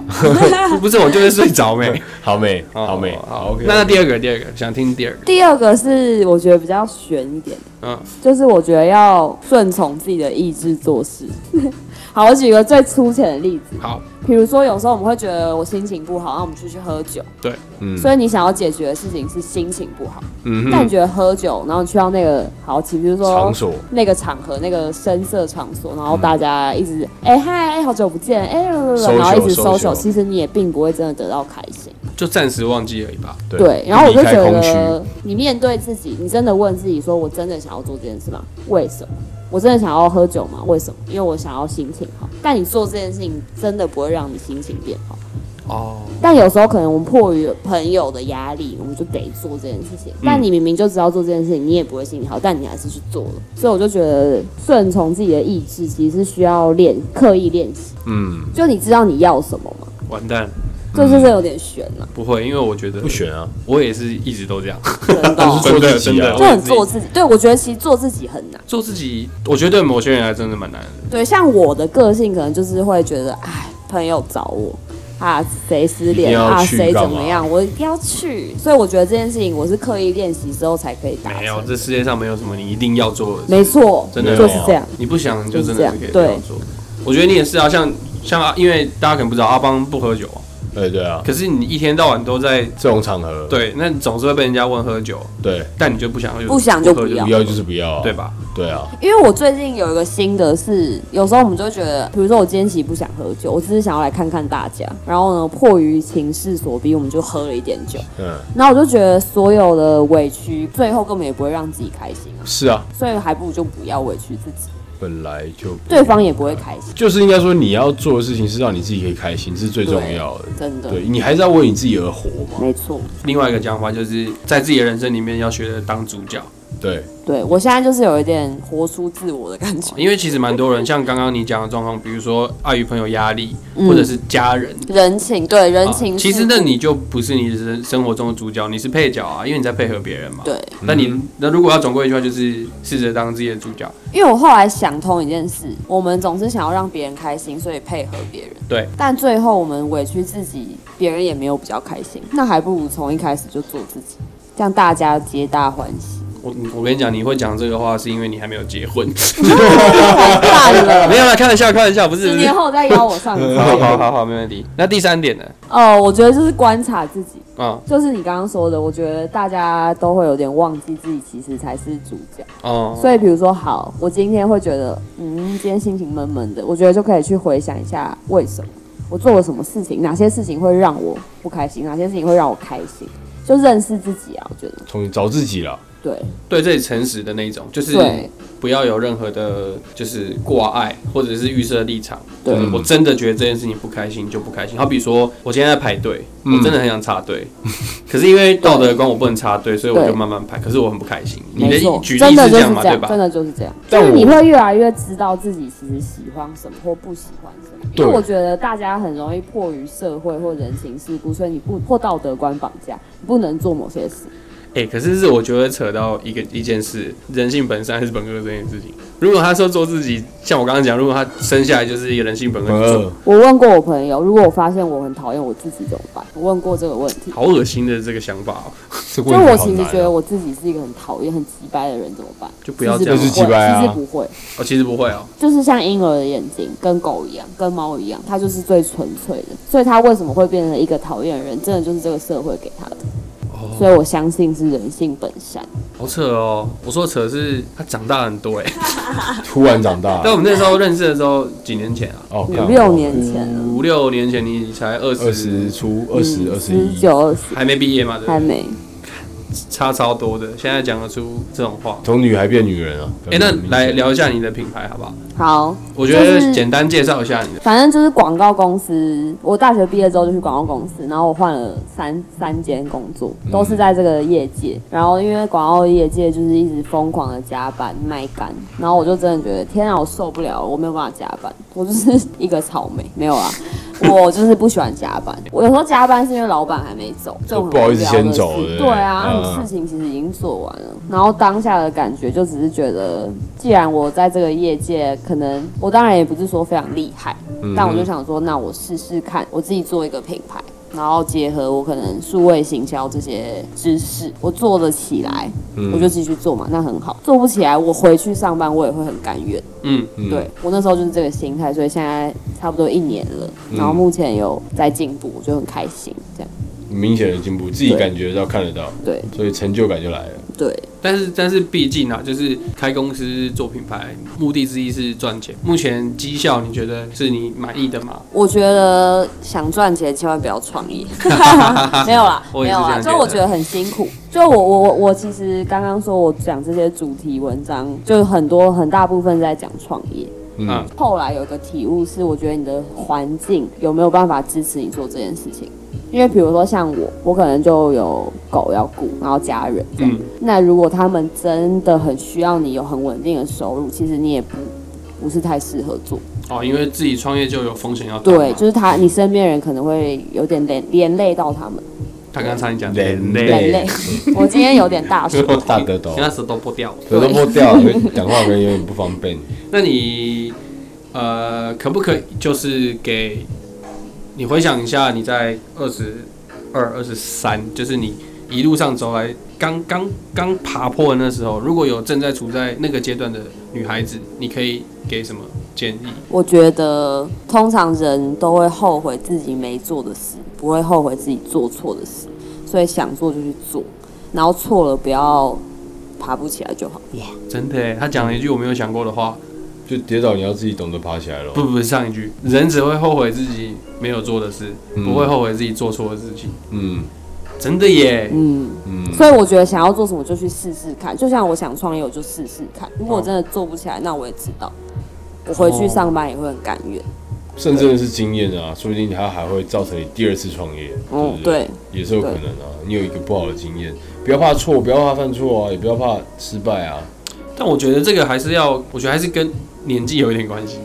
S1: 不是我就会睡着没、
S2: 啊好美，
S1: 哦
S2: 好美，
S1: 好
S2: 好 OK。
S1: 那那第二个，第二个，想听第二个，
S3: 第二个是我觉得比较悬一点，
S1: 嗯，
S3: 就是我觉得要顺从自己的意志做事。 [LAUGHS] 好，我举一个最粗浅的例子，
S1: 好，
S3: 比如说有时候我们会觉得我心情不好，那我们就去喝酒，
S1: 对，
S2: 嗯
S3: 所以你想要解决的事情是心情不好，
S1: 嗯
S3: 但你
S1: 哼，
S3: 觉得喝酒，然后你去到那个好，比如说
S2: 场所
S3: 那个场合、那个深色场所，然后大家一直哎嗨、好久不见，哎、
S2: Social，
S3: 然后一直
S2: social
S3: 其实你也并不会真的得到开心。
S1: 就暂时忘记而已吧。
S2: 对
S3: 对，然后我就
S2: 离
S3: 觉
S2: 开空虚
S3: 得，你面对自己，你真的问自己说，我真的想要做这件事吗？为什么？我真的想要喝酒吗？为什么？因为我想要心情好。但你做这件事情真的不会让你心情变好。
S1: 哦，
S3: 但有时候可能我们迫于朋友的压力，我们就得做这件事情。
S2: 嗯
S3: 但你明明就知道做这件事情，你也不会心情好，但你还是去做了。所以我就觉得顺从自己的意志，其实是需要练刻意练习。
S2: 嗯，
S3: 就你知道你要什么吗？
S1: 完蛋，
S3: 这就是有点悬
S2: [LAUGHS]
S3: 啊了、
S1: 不会，因为我觉得
S2: 不选啊，
S1: 我也是一直都这
S2: [LAUGHS]
S1: 样，
S3: 真的
S2: 但是
S3: 哦、
S2: 做
S1: 真的
S2: 自己
S1: 真
S2: 啊
S1: 的，我
S3: 就
S1: 也
S3: 很
S1: 是
S3: 做自己。对，我觉得其实做自己很难。
S1: 做自己，我觉得对某些人还真的蛮难的。
S2: 嗯
S3: 对，像我的个性可能就是会觉得，哎，朋友找我啊，谁失
S2: 一定
S3: 恋
S2: 要
S3: 啊，
S2: 去
S3: 谁
S2: 干
S3: 怎么
S2: 嘛
S3: 样，我一定要去。所以我觉得这件事情我是刻意练习之后才可以达
S1: 没有，
S3: 成。
S1: 这世界上没有什么你一定要做的事，
S3: 没错，
S1: 真的
S3: 就是
S1: 没有
S3: 这样。
S1: 你不想就真的可以
S3: 就是
S1: 不
S3: 这样
S1: 要做。我觉得你也是啊，像像啊因为大家可能不知道阿邦不喝酒啊，
S2: 对对啊，
S1: 可是你一天到晚都在
S2: 这种场合，
S1: 对，那你总是会被人家问喝酒，
S2: 对，
S1: 但你就不想喝酒，
S3: 不想就
S1: 喝
S3: 不要
S2: 不要就是不要啊，
S1: 对？吧？
S2: 对啊，
S3: 因为我最近有一个新的是，有时候我们就会觉得，比如说我今天其实不想喝酒，我只是想要来看看大家。然后呢，迫于情势所逼，我们就喝了一点酒。
S2: 嗯，
S3: 然后我就觉得所有的委屈，最后根本也不会让自己开心啊，
S2: 是啊，
S3: 所以还不如就不要委屈自己，
S2: 本来就不
S3: 对方也不会开心。
S2: 就是应该说你要做的事情是让你自己可以开心，这是最重要的。
S3: 真的，
S2: 对你还是要为你自己而活嘛？
S3: 没错。
S1: 另外一个讲法就是在自己的人生里面要学着当主角，
S2: 对，
S3: 对我现在就是有一点活出自我的感觉，
S1: 哦因为其实蛮多人像刚刚你讲的状况，比如说碍于朋友压力，
S3: 嗯
S1: 或者是家人。
S3: 人情对人情、
S1: 啊其实那你就不是你生生活中的主角，你是配角啊，因为你在配合别人嘛。
S3: 对，
S1: 那你那如果要总归一句话，就是试着当自己的主角。
S3: 因为我后来想通一件事，我们总是想要让别人开心，所以配合别人。
S1: 对，
S3: 但最后我们委屈自己，别人也没有比较开心，那还不如从一开始就做自己，这样大家皆大欢
S1: [LAUGHS]
S3: 喜。
S1: 我我跟你讲，你会讲这个话，是因为你还没有结
S3: [LAUGHS]
S1: 婚。
S3: 太赞了！
S1: 没有啦，开玩笑，开玩笑，不是。
S3: 十
S1: 不是
S3: 年后再邀我
S1: [LAUGHS]
S3: 上
S1: 好
S3: 课。
S1: 好好好好，没问题。那第三点呢？
S3: 哦，我觉得就是观察自己，
S1: 啊、
S3: 就是你刚刚说的，我觉得大家都会有点忘记自己其实才是主角。
S1: 哦、
S3: 所以，比如说，好，我今天会觉得，嗯，今天心情闷闷的，我觉得就可以去回想一下为什么我做了什么事情，哪些事情会让我不开心，哪些事情会让我开心，就认识自己啊，我觉得
S2: 从找自己啦。
S3: 对
S1: 对这里诚实的那一种，就是
S3: 对
S1: 不要有任何的，就是挂碍或者是预设立场。
S3: 对
S1: 就是我真的觉得这件事情不开心就不开心。好比说，我今天在排队，
S3: 嗯
S1: 我真的很想插队， [LAUGHS] 可是因为道德观我不能插队，所以我
S3: 对
S1: 就慢慢排。可是我很不开心。你的
S3: 没错，
S1: 举
S3: 真
S1: 例
S3: 的
S1: 是
S3: 就
S1: 这
S3: 是
S1: 样嘛，
S3: 这
S1: 对
S3: 样，
S1: 吧
S3: 真？的就是这样，就
S2: 但
S3: 是
S2: 我
S3: 你会越来越知道自己其实喜欢什么或不喜欢什么。因为
S2: 对
S3: 我觉得大家很容易迫于社会或人情世故，所以你不或道德观绑架，你不能做某些事。
S1: 哎、可是是我觉得扯到一个一件事，人性本善还是本恶这件事情。如果他说做自己，像我刚刚讲，如果他生下来就是一个人性本恶
S2: 本
S1: 就做，
S2: 二，
S3: 我问过我朋友，如果我发现我很讨厌我自己怎么办？我问过这个问题。
S1: 好恶心的这个想法哦、
S2: 就
S3: 就我其实觉得
S2: 啊
S3: 我自己是一个很讨厌、很急掰的人，怎么办？
S1: 就不要
S3: 其
S1: 这样
S2: 就
S3: 实会
S2: 是急掰啊
S3: 其实不会，
S1: 哦，其实不会哦，
S3: 就是像婴儿的眼睛，跟狗一样，跟猫一样，它就是最纯粹的。所以它为什么会变成一个讨厌的人，真的就是这个社会给他的。
S1: 哦
S3: 所以我相信是人性本善。
S1: 好扯哦。我说扯是他长大很多哎、
S2: 突然长大
S1: 但我们那时候认识的时候，几年前啊，
S2: 哦，
S3: 五六年前了，
S1: 五六年前你才二
S2: 二
S1: 十，
S2: 十出二十二十一
S3: 嗯十，九、二十，
S1: 还没毕业嘛，对不
S3: 还
S1: 对？
S3: 没。
S1: 差超多的，现在讲得出这种话。
S2: 从女孩变女人啊。
S1: 哎、那来聊一下你的品牌好不好？
S3: 好，
S1: 我觉
S3: 就
S1: 得
S3: 是
S1: 简单介绍一下你的。
S3: 反正就是广告公司。我大学毕业之后就去广告公司，然后我换了三三间工作，都是在这个业界。然后因为广告业界就是一直疯狂的加班卖干，然后我就真的觉得天啊，我受不了了，我没有办法加班，我就是一个草莓，没有啊。
S2: [LAUGHS]
S3: 我就是不喜欢加班，我有时候加班是因为老板还没走，这种很
S2: 不好意思先
S3: 无聊的
S2: 走
S3: 事
S2: 对不对
S3: 对啊，那种
S2: 嗯
S3: 事事情其实已经做完了，然后当下的感觉就只是觉得，既然我在这个业界，可能我当然也不是说非常厉害，但我就想说，那我试试看，我自己做一个品牌。然后结合我可能数位行销这些知识，我做得起来，
S2: 嗯
S3: 我就继续做嘛，那很好。做不起来，我回去上班，我也会很甘愿。
S1: 嗯，
S2: 嗯
S3: 对我那时候就是这个心态，所以现在差不多一年了，然后目前有在进步，我就很开心。这样，
S2: 明显的进步，自己感觉到看得到，
S3: 对
S2: 所以成就感就来了。
S3: 对，
S1: 但是但是毕竟啊，就是开公司做品牌，目的之一是赚钱。目前绩效你觉得是你满意的吗？
S3: 我觉得想赚钱千万不要创
S1: [LAUGHS]
S3: 业，没有啦，
S1: 我
S3: 没
S1: 也
S3: 有
S1: 是这
S3: 啦，
S1: 样觉
S3: 就
S1: 得
S3: 我觉得很辛苦。就我我我我其实刚刚说我讲这些主题文章，就很多很大部分在讲创业。
S1: 嗯
S2: 嗯，
S3: 后来有一个体悟是，我觉得你的环境有没有办法支持你做这件事情？因为比如说像我，我可能就有狗要顾，然后家人这样。
S1: 嗯
S3: 那如果他们真的很需要你有很稳定的收入，其实你也不不是太适合做。
S1: 哦，因为自己创业就有风险要担嘛
S3: 对，就是他，你身边人可能会有点连连累到他们，
S1: 他刚刚差点讲
S2: 人类
S3: 连 [LAUGHS] 累。我今天有点大说，
S2: [LAUGHS] 大得
S1: [LAUGHS]
S2: 到
S1: 因为，他舌头破掉了。
S2: 我都破掉了， [LAUGHS] 讲话可能有点不方便。
S1: 那你呃，可不可以就是给你回想一下你在二十二、二十三，就是你一路上走来，刚刚刚爬坡的那时候，如果有正在处在那个阶段的女孩子，你可以给什么建议？
S3: 我觉得通常人都会后悔自己没做的事，不会后悔自己做错的事，所以想做就去做，然后错了不要爬不起来就好。
S1: 哇，真的耶，他讲了一句我没有想过的话，
S2: 就跌倒，你要自己懂得爬起来咯。
S1: 不不是上一句，人只会后悔自己没有做的事，
S2: 嗯
S1: 不会后悔自己做错的事情，
S2: 嗯
S1: 真的耶，
S3: 嗯，
S2: 嗯，
S3: 所以我觉得想要做什么就去试试看，就像我想创业我就试试看，如果我真的做不起来，那我也知道，我回去哦上班也会很甘愿。
S2: 甚至是经验啊，说不定它还会造成你第二次创业。
S3: 嗯，
S2: 不，
S3: 对，
S2: 也是有可能啊。你有一个不好的经验，不要怕错，不要怕犯错啊，也不要怕失败啊。
S1: 但我觉得这个还是要，我觉得还是跟年纪有一点关系。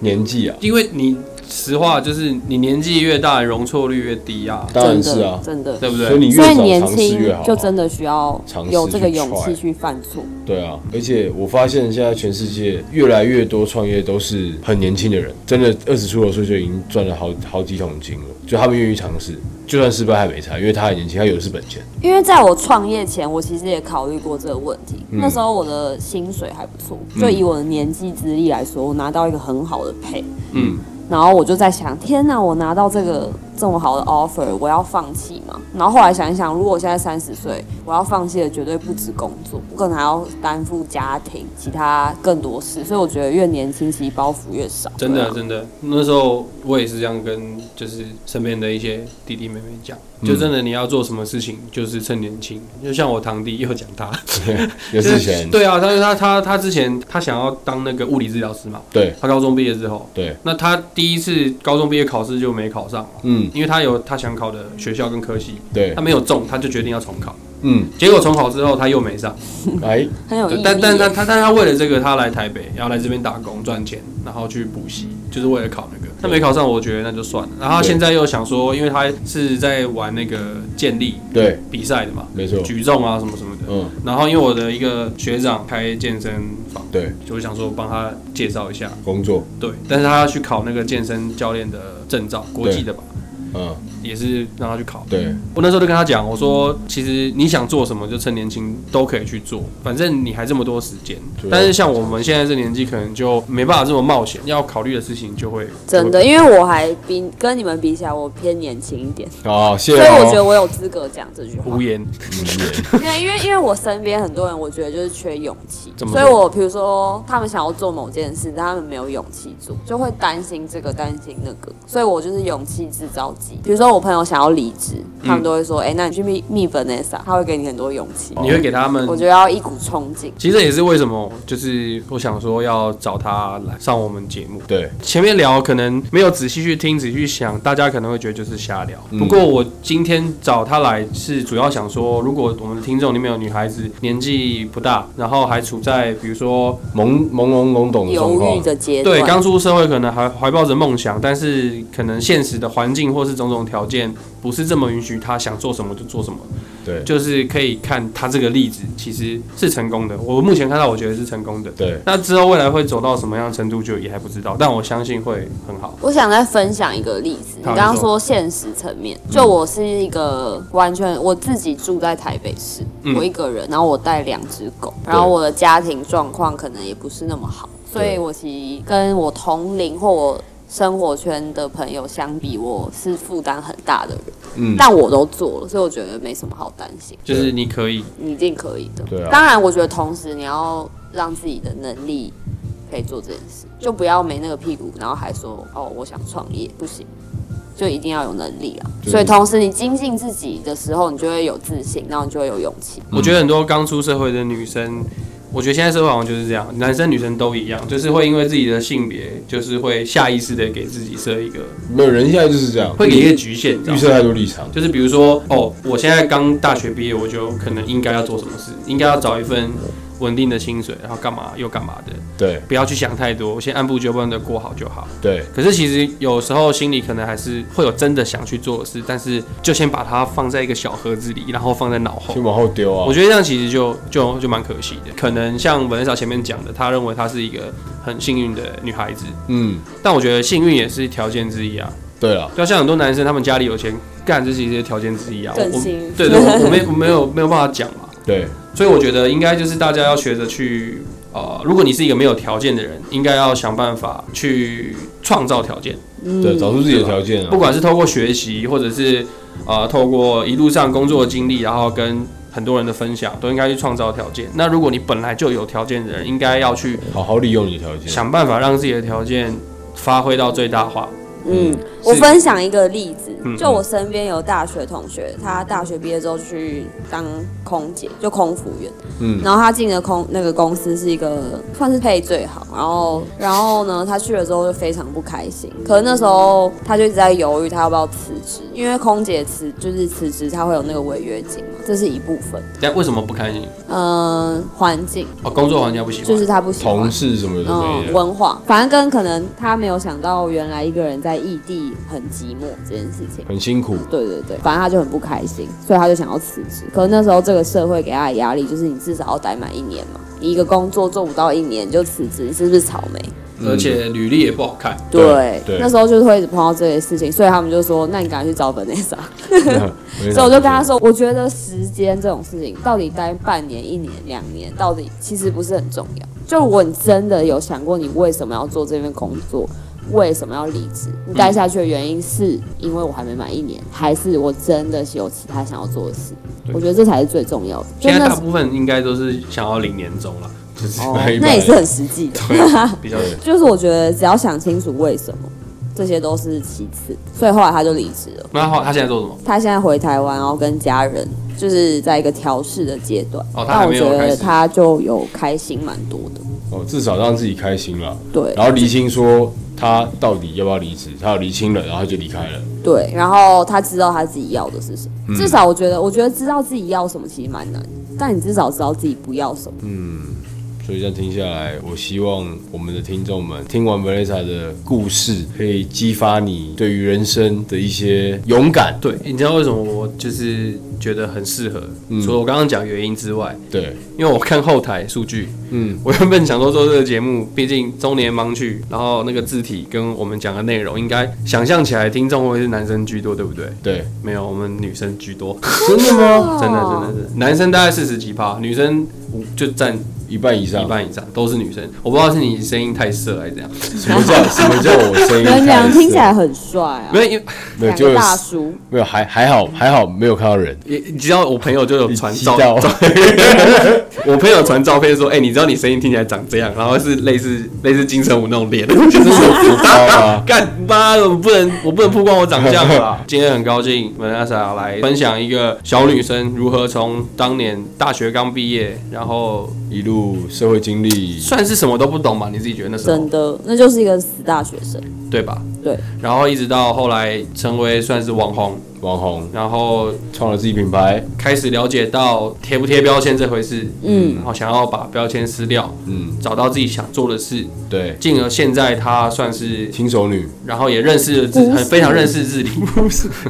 S2: 年纪啊，
S1: 因为你实话就是你年纪越大，容错率越低啊，
S2: 当然是啊，
S3: 真的，
S1: 对
S3: 真的。
S1: 不
S2: 所
S1: 对？
S2: 以你越
S3: 所以
S2: 早
S3: 年
S2: 尝试
S3: 轻
S2: 越好啊。
S3: 就真的需要
S2: 尝试
S3: 有这个
S2: 去
S3: 勇
S2: try
S3: 气去犯错，
S2: 对啊，而且我发现现在全世界越来越多创业都是很年轻的人，真的二十出头岁就已经赚了好好几桶金了，就他们愿意尝试，就算失败还没差，因为他很年轻，他有的是本钱。
S3: 因为在我创业前，我其实也考虑过这个问题。
S2: 嗯
S3: 那时候我的薪水还不错，就以我的年纪资历来说，我拿到一个很好的配。
S1: 嗯，
S3: 然后我就在想，天哪，我拿到这个这么好的 offer，我要放弃吗？然后后来想一想，如果我现在三十岁，我要放弃的绝对不止工作，我可能还要担负家庭其他更多事。所以我觉得越年轻，其实包袱越少。
S1: 真
S3: 对
S1: 的
S3: 啊
S1: 真的，那时候我也是这样跟就是身边的一些弟弟妹妹讲，就真的你要做什么事情，就是趁年轻。就像我堂弟又讲他，
S2: 有之
S1: [LAUGHS]
S2: 前，
S1: 对啊，但是他他他之前他想要当那个物理治疗师嘛，
S2: 对
S1: 他高中毕业之后，
S2: 对，
S1: 那他第一次高中毕业考试就没考上嘛，
S2: 嗯
S1: 因为他有他想考的学校跟科系，
S2: 对
S1: 他，没有中，他就决定要重考，
S2: 嗯，
S1: 结果重考之后他又没上。
S2: 哎，
S3: 很有意
S1: 对
S3: 义。
S1: 但但他他但他为了这个，他来台北，然后来这边打工赚钱，然后去补习，就是为了考那个。他没考上，我觉得那就算了。然后他
S2: 对
S1: 现在又想说，因为他是在玩那个健力
S2: 对，
S1: 比赛的嘛，
S2: 没错，
S1: 举重啊什么什么的。
S2: 嗯，
S1: 然后因为我的一个学长开健身房，
S2: 对，
S1: 就想说帮他介绍一下，
S2: 工作，
S1: 对。但是他要去考那个健身教练的证照，国际的吧，
S2: 嗯，
S1: 也是让他去考。
S2: 对，
S1: 我那时候就跟他讲，我说其实你想做什么，就趁年轻都可以去做，反正你还这么多时间
S2: 对啊。
S1: 但是像我们现在这年纪，可能就没办法这么冒险，要考虑的事情就会
S3: 真的，因为我还比跟你们比起来，我偏年轻一点，
S2: 好，谢
S3: 所
S2: 谢
S1: 啊
S3: 以我觉得
S2: 哦。
S3: 我有资格讲这句话
S1: [LAUGHS] 无。言。
S2: 嗯
S3: 因为因为因为我身边很多人，我觉得就是缺勇气，
S1: 怎么
S3: 所
S1: 说
S3: 以我比如说他们想要做某件事，但他们没有勇气做，就会担心这个担心那个，所以我就是勇气制造机。比如说我朋友想要离职，
S1: 嗯
S3: 他们都会说，哎、那你去蜜蜜 Vanessa，他会给你很多勇气。
S1: 你会给他们
S3: 我，觉得要一股冲劲。
S1: 其实也是为什么，就是我想说要找他来上我们节目。
S2: 对，
S1: 前面聊可能没有仔细去听、仔细去想，大家可能会觉得就是瞎聊。
S2: 嗯
S1: 不过我今天找他来是主要想说，如果我们的听众里面有女孩子年纪不大，然后还处在比如说
S2: 懵懵懵懵懂的状
S3: 犹豫
S2: 况，
S3: 的阶段，
S1: 对，刚出社会可能还怀抱着梦想，但是可能现实的环境或是种种条件不是这么允许他想做什么就做什么。
S2: 对
S1: 就是可以看他这个例子其实是成功的。我目前看到，我觉得是成功的。
S2: 对，
S1: 那之后未来会走到什么样的程度，就也还不知道，但我相信会很好。
S3: 我想再分享一个例子，你
S1: 好
S3: 刚刚说现实层面，就我是一个完全我自己住在台北市，
S1: 嗯
S3: 我一个人，然后我带两只狗，然后我的家庭状况可能也不是那么好，所以我其实跟我同龄或我。生活圈的朋友相比，我是负担很大的人，
S2: 嗯，
S3: 但我都做了，所以我觉得没什么好担心，
S1: 就是你可以，
S3: 你一定可以的。
S2: 对啊
S3: 当然，我觉得同时你要让自己的能力可以做这件事，就不要没那个屁股，然后还说哦我想创业不行，就一定要有能力啊。
S2: 对
S3: 所以同时你精进自己的时候，你就会有自信，然后你就会有勇气。
S1: 我觉得很多刚出社会的女生，我觉得现在社会好像就是这样，男生女生都一样，就是会因为自己的性别，就是会下意识的给自己设一个，
S2: 没有人现在就是这样，
S1: 会给一个局限，你知道
S2: 预
S1: 吗
S2: 设太多立场，
S1: 就是比如说，哦，我现在刚大学毕业，我就可能应该要做什么事，应该要找一份稳定的薪水，然后干嘛又干嘛的，
S2: 对
S1: 不要去想太多，我先按部就班的过好就好。
S2: 对
S1: 可是其实有时候心里可能还是会有真的想去做的事，但是就先把它放在一个小盒子里，然后放在脑后
S2: 先。往后丢啊，
S1: 我觉得这样其实就就就蛮可惜的。可能像文少前面讲的，他认为她是一个很幸运的女孩子，
S2: 嗯，
S1: 但我觉得幸运也是条件之一啊。
S2: 对了，
S1: 就像很多男生，他们家里有钱，干这是一些条件之一啊。我
S3: 更幸运
S1: 对对，我我
S3: [LAUGHS]
S1: 没我没有没有办法讲嘛。
S2: 对
S1: 所以我觉得应该就是大家要学着去，呃，如果你是一个没有条件的人，应该要想办法去创造条件，
S3: 嗯
S2: 对，找出自己的条件
S1: 不
S2: 啊，
S1: 管是透过学习，或者是呃透过一路上工作的经历，然后跟很多人的分享，都应该去创造条件。那如果你本来就有条件的人，应该要去
S2: 好好利用你的条件，
S1: 想办法让自己的条件发挥到最大化。
S3: 嗯，
S1: 是
S3: 我分享一个例子
S1: 嗯，
S3: 就我身边有大学同学，他大学毕业之后去当空姐，就空服员。
S2: 嗯
S3: 然后他进的空那个公司是一个算是配最好，然后然后呢，他去了之后就非常不开心。可是那时候他就一直在犹豫，他要不要辞职，因为空姐辞就是辞职，他会有那个违约金嘛，这是一部分。
S1: 但为什么不开心？
S3: 嗯、环境
S1: 哦，工作环境不喜欢，
S3: 就是他不喜欢
S2: 同。事什么的没
S3: 嗯，
S2: 的，
S3: 文化，反正跟可能他没有想到，原来一个人在异地很寂寞这件事情。
S2: 很辛
S3: [LAUGHS]
S2: 苦，
S3: 对对对，反正他就很不开心，所以他就想要辞职。可是那时候这个社会给他的压力就是你至少要待满一年嘛，你一个工作做不到一年你就辞职，你是不是草莓？
S1: 而且履历也不好看。
S2: 对
S3: 对，
S2: 对
S3: 那时候就是会一直碰到这些事情，所以他们就说：“那你赶快去找 Vanessa。”所以我就跟他说：“我觉得时间这种事情，到底待半年、一年、两年，到底其实不是很重要。就如果你真的有想过你为什么要做这份工作，为什么要离职，你待下去的原因是因为我还没满一年，还是我真的有其他想要做的事？
S1: 对
S3: 我觉得这才是最重要的。就
S1: 现在大
S3: 那
S1: 部分应该都是想要领年终了，
S2: 就是
S3: 哦
S2: [LAUGHS] 买一，
S3: 那
S2: 买
S3: 也是很实际的。
S1: [LAUGHS] 比较
S2: 对
S3: 就是我觉得只要想清楚为什么，这些都是其次。所以后来他就离职了。”
S1: 那他他现在做什么？
S3: 他现在回台湾，然后跟家人就是在一个调试的阶段。
S1: 哦他还
S3: 但我
S1: 没
S3: 觉
S1: 有开
S3: 得
S1: 始
S3: 他就有开心蛮多的。
S2: 哦，至少让自己开心了。
S3: 对
S2: 然后厘清说他到底要不要离职，他有厘清了，然后他就离开了。
S3: 对，然后他知道他自己要的是什么。至少我觉得，我觉得知道自己要什么其实蛮难的，但你至少知道自己不要什么。
S2: 所以这样听下来，我希望我们的听众们听完 Vanessa 的故事，可以激发你对于人生的一些勇敢。
S1: 对，你知道为什么我就是觉得很适合？除了我刚刚讲原因之外，
S2: 对，
S1: 因为我看后台数据，
S2: 嗯，
S1: 我原本想说做这个节目，毕竟中年盲区，然后那个字体跟我们讲的内容，应该想象起来听众会是男生居多，对不对？
S2: 对，
S1: 没有，我们女生居多，
S2: 真的
S1: [LAUGHS]
S2: 吗？
S1: 真的真的是，男生大概四十几趴，女生五就占一
S2: 一半以上，
S1: 半以上，都是女生。我不知道是你声音太涩还是怎样，
S2: 什么叫什么叫我
S3: [LAUGHS]
S2: 声音太
S3: 你们
S2: 色？
S3: 俩听起来很帅啊
S1: 没，有，因为
S2: 没有
S3: 两
S2: 就
S3: 个
S2: 是
S3: 大叔。
S2: 没有还还好还好没有看到人，
S1: 也你知道我朋友就有传 [LAUGHS] 照
S2: 你知道
S1: 照片，我朋友传照片说，哎、你知道你声音听起来长这样，然后是类似类似金城武那种脸，就是
S2: 知道吗？
S1: 干妈的，我不能我不能曝光我长相吧。今天很高兴 Vanessa 来分享一个小女生如何从当年大学刚毕业，然后
S2: [LAUGHS] 一路社会经历，
S1: 算是什么都不懂吧？你自己觉得那时候
S3: 真的，那就是一个死大学生。
S1: 对吧？
S3: 对。
S1: 然后一直到后来成为算是网红，
S2: 网红
S1: 然后
S2: 创了自己品牌，
S1: 开始了解到贴不贴标签这回事，
S3: 嗯
S1: 然后想要把标签撕掉，
S2: 嗯，
S1: 找到自己想做的事，
S2: 对，
S1: 进而现在他算是，
S2: 轻熟女，
S1: 然后也认识了自，
S3: 不是
S1: 很非常认识自己。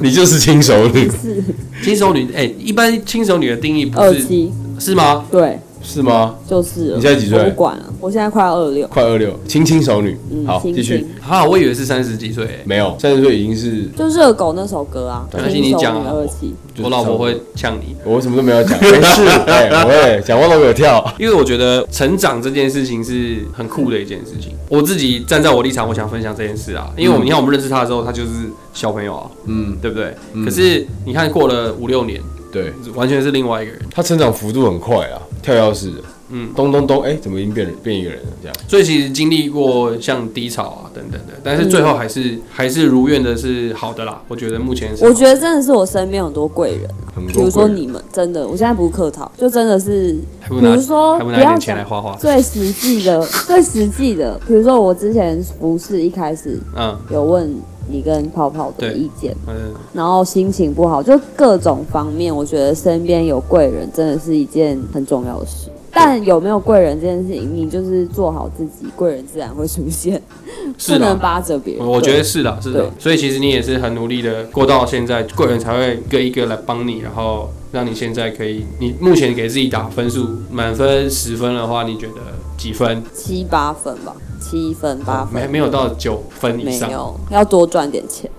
S2: 你就是轻熟女，
S3: [LAUGHS]
S1: 轻熟女，哎、一般轻熟女的定义不
S3: 二
S1: 是
S3: 七，
S1: 是吗？
S3: 对，
S2: 是吗？
S3: 就是了。
S2: 你现在几岁
S3: 我不管了，我现在快要二六。
S2: 快二六，轻轻熟女，
S3: 嗯，
S2: 好，
S3: 亲
S2: 继续
S3: 亲，
S1: 哈，我以为是三十几岁、哎
S2: 没有，三十岁已经是，
S3: 就热狗那首歌啊，
S1: 没关系
S3: 听
S1: 你
S3: 首
S1: 讲
S3: 你
S1: 啊
S3: 二七，
S2: 就是
S1: 我老婆会呛你，
S2: 我什么都没 [LAUGHS] 有讲，没事，哎，我也 [LAUGHS] 讲话都没有跳，
S1: 因为我觉得成长这件事情是很酷的一件事情。我自己站在我立场，我想分享这件事啊，因为我们、
S2: 嗯
S1: 你看我们认识他的时候，他就是小朋友啊，
S2: 嗯，
S1: 对不对？
S2: 嗯
S1: 可是你看过了五六年，
S2: 对，
S1: 完全是另外一个人。
S2: 她成长幅度很快啊，跳跃式的，
S1: 嗯
S2: 嗯，咚咚咚，哎，怎么已经变人变一个人了？这样，
S1: 所以其实经历过像低潮啊等等的，但是最后还是、
S2: 嗯
S1: 还是如愿的是好的啦。我觉得目前是好
S3: 我
S1: 的，
S3: 觉得真的是我身边很多贵人，
S2: 很
S3: 比如
S2: 多
S3: 说
S2: 贵人，
S3: 你们，真的，我现在不是客套，就真的是，
S1: 还
S3: 比
S1: 不拿
S3: 如说
S1: 嗯还不
S3: 不
S1: 拿一
S3: 要
S1: 点钱来
S3: 讲
S1: 花花，
S3: 最实
S1: [LAUGHS]
S3: 际的，最实际的，比如说我之前不是一开始
S1: 嗯
S3: 有问你跟泡泡的
S1: 对
S3: 意见，
S1: 嗯，
S3: 然后心情不好，就各种方面，我觉得身边有贵人真的是一件很重要的事。但有没有贵人这件事情，你就是做好自己，贵人自然会出现，
S1: 是
S3: 不能
S1: 的。
S3: 扒着别人。
S1: 我我觉
S3: 对
S1: 得是的，是的
S3: 对，
S1: 所以其实你也是很努力的过到现在，贵人才会一个一个来帮你，然后让你现在可以，你目前给自己打分数，满分十分的话，你觉得几分？
S3: 七八分吧，七分八分，
S1: 没没有到九分以
S3: 没
S1: 上，
S3: 有，要多赚点钱。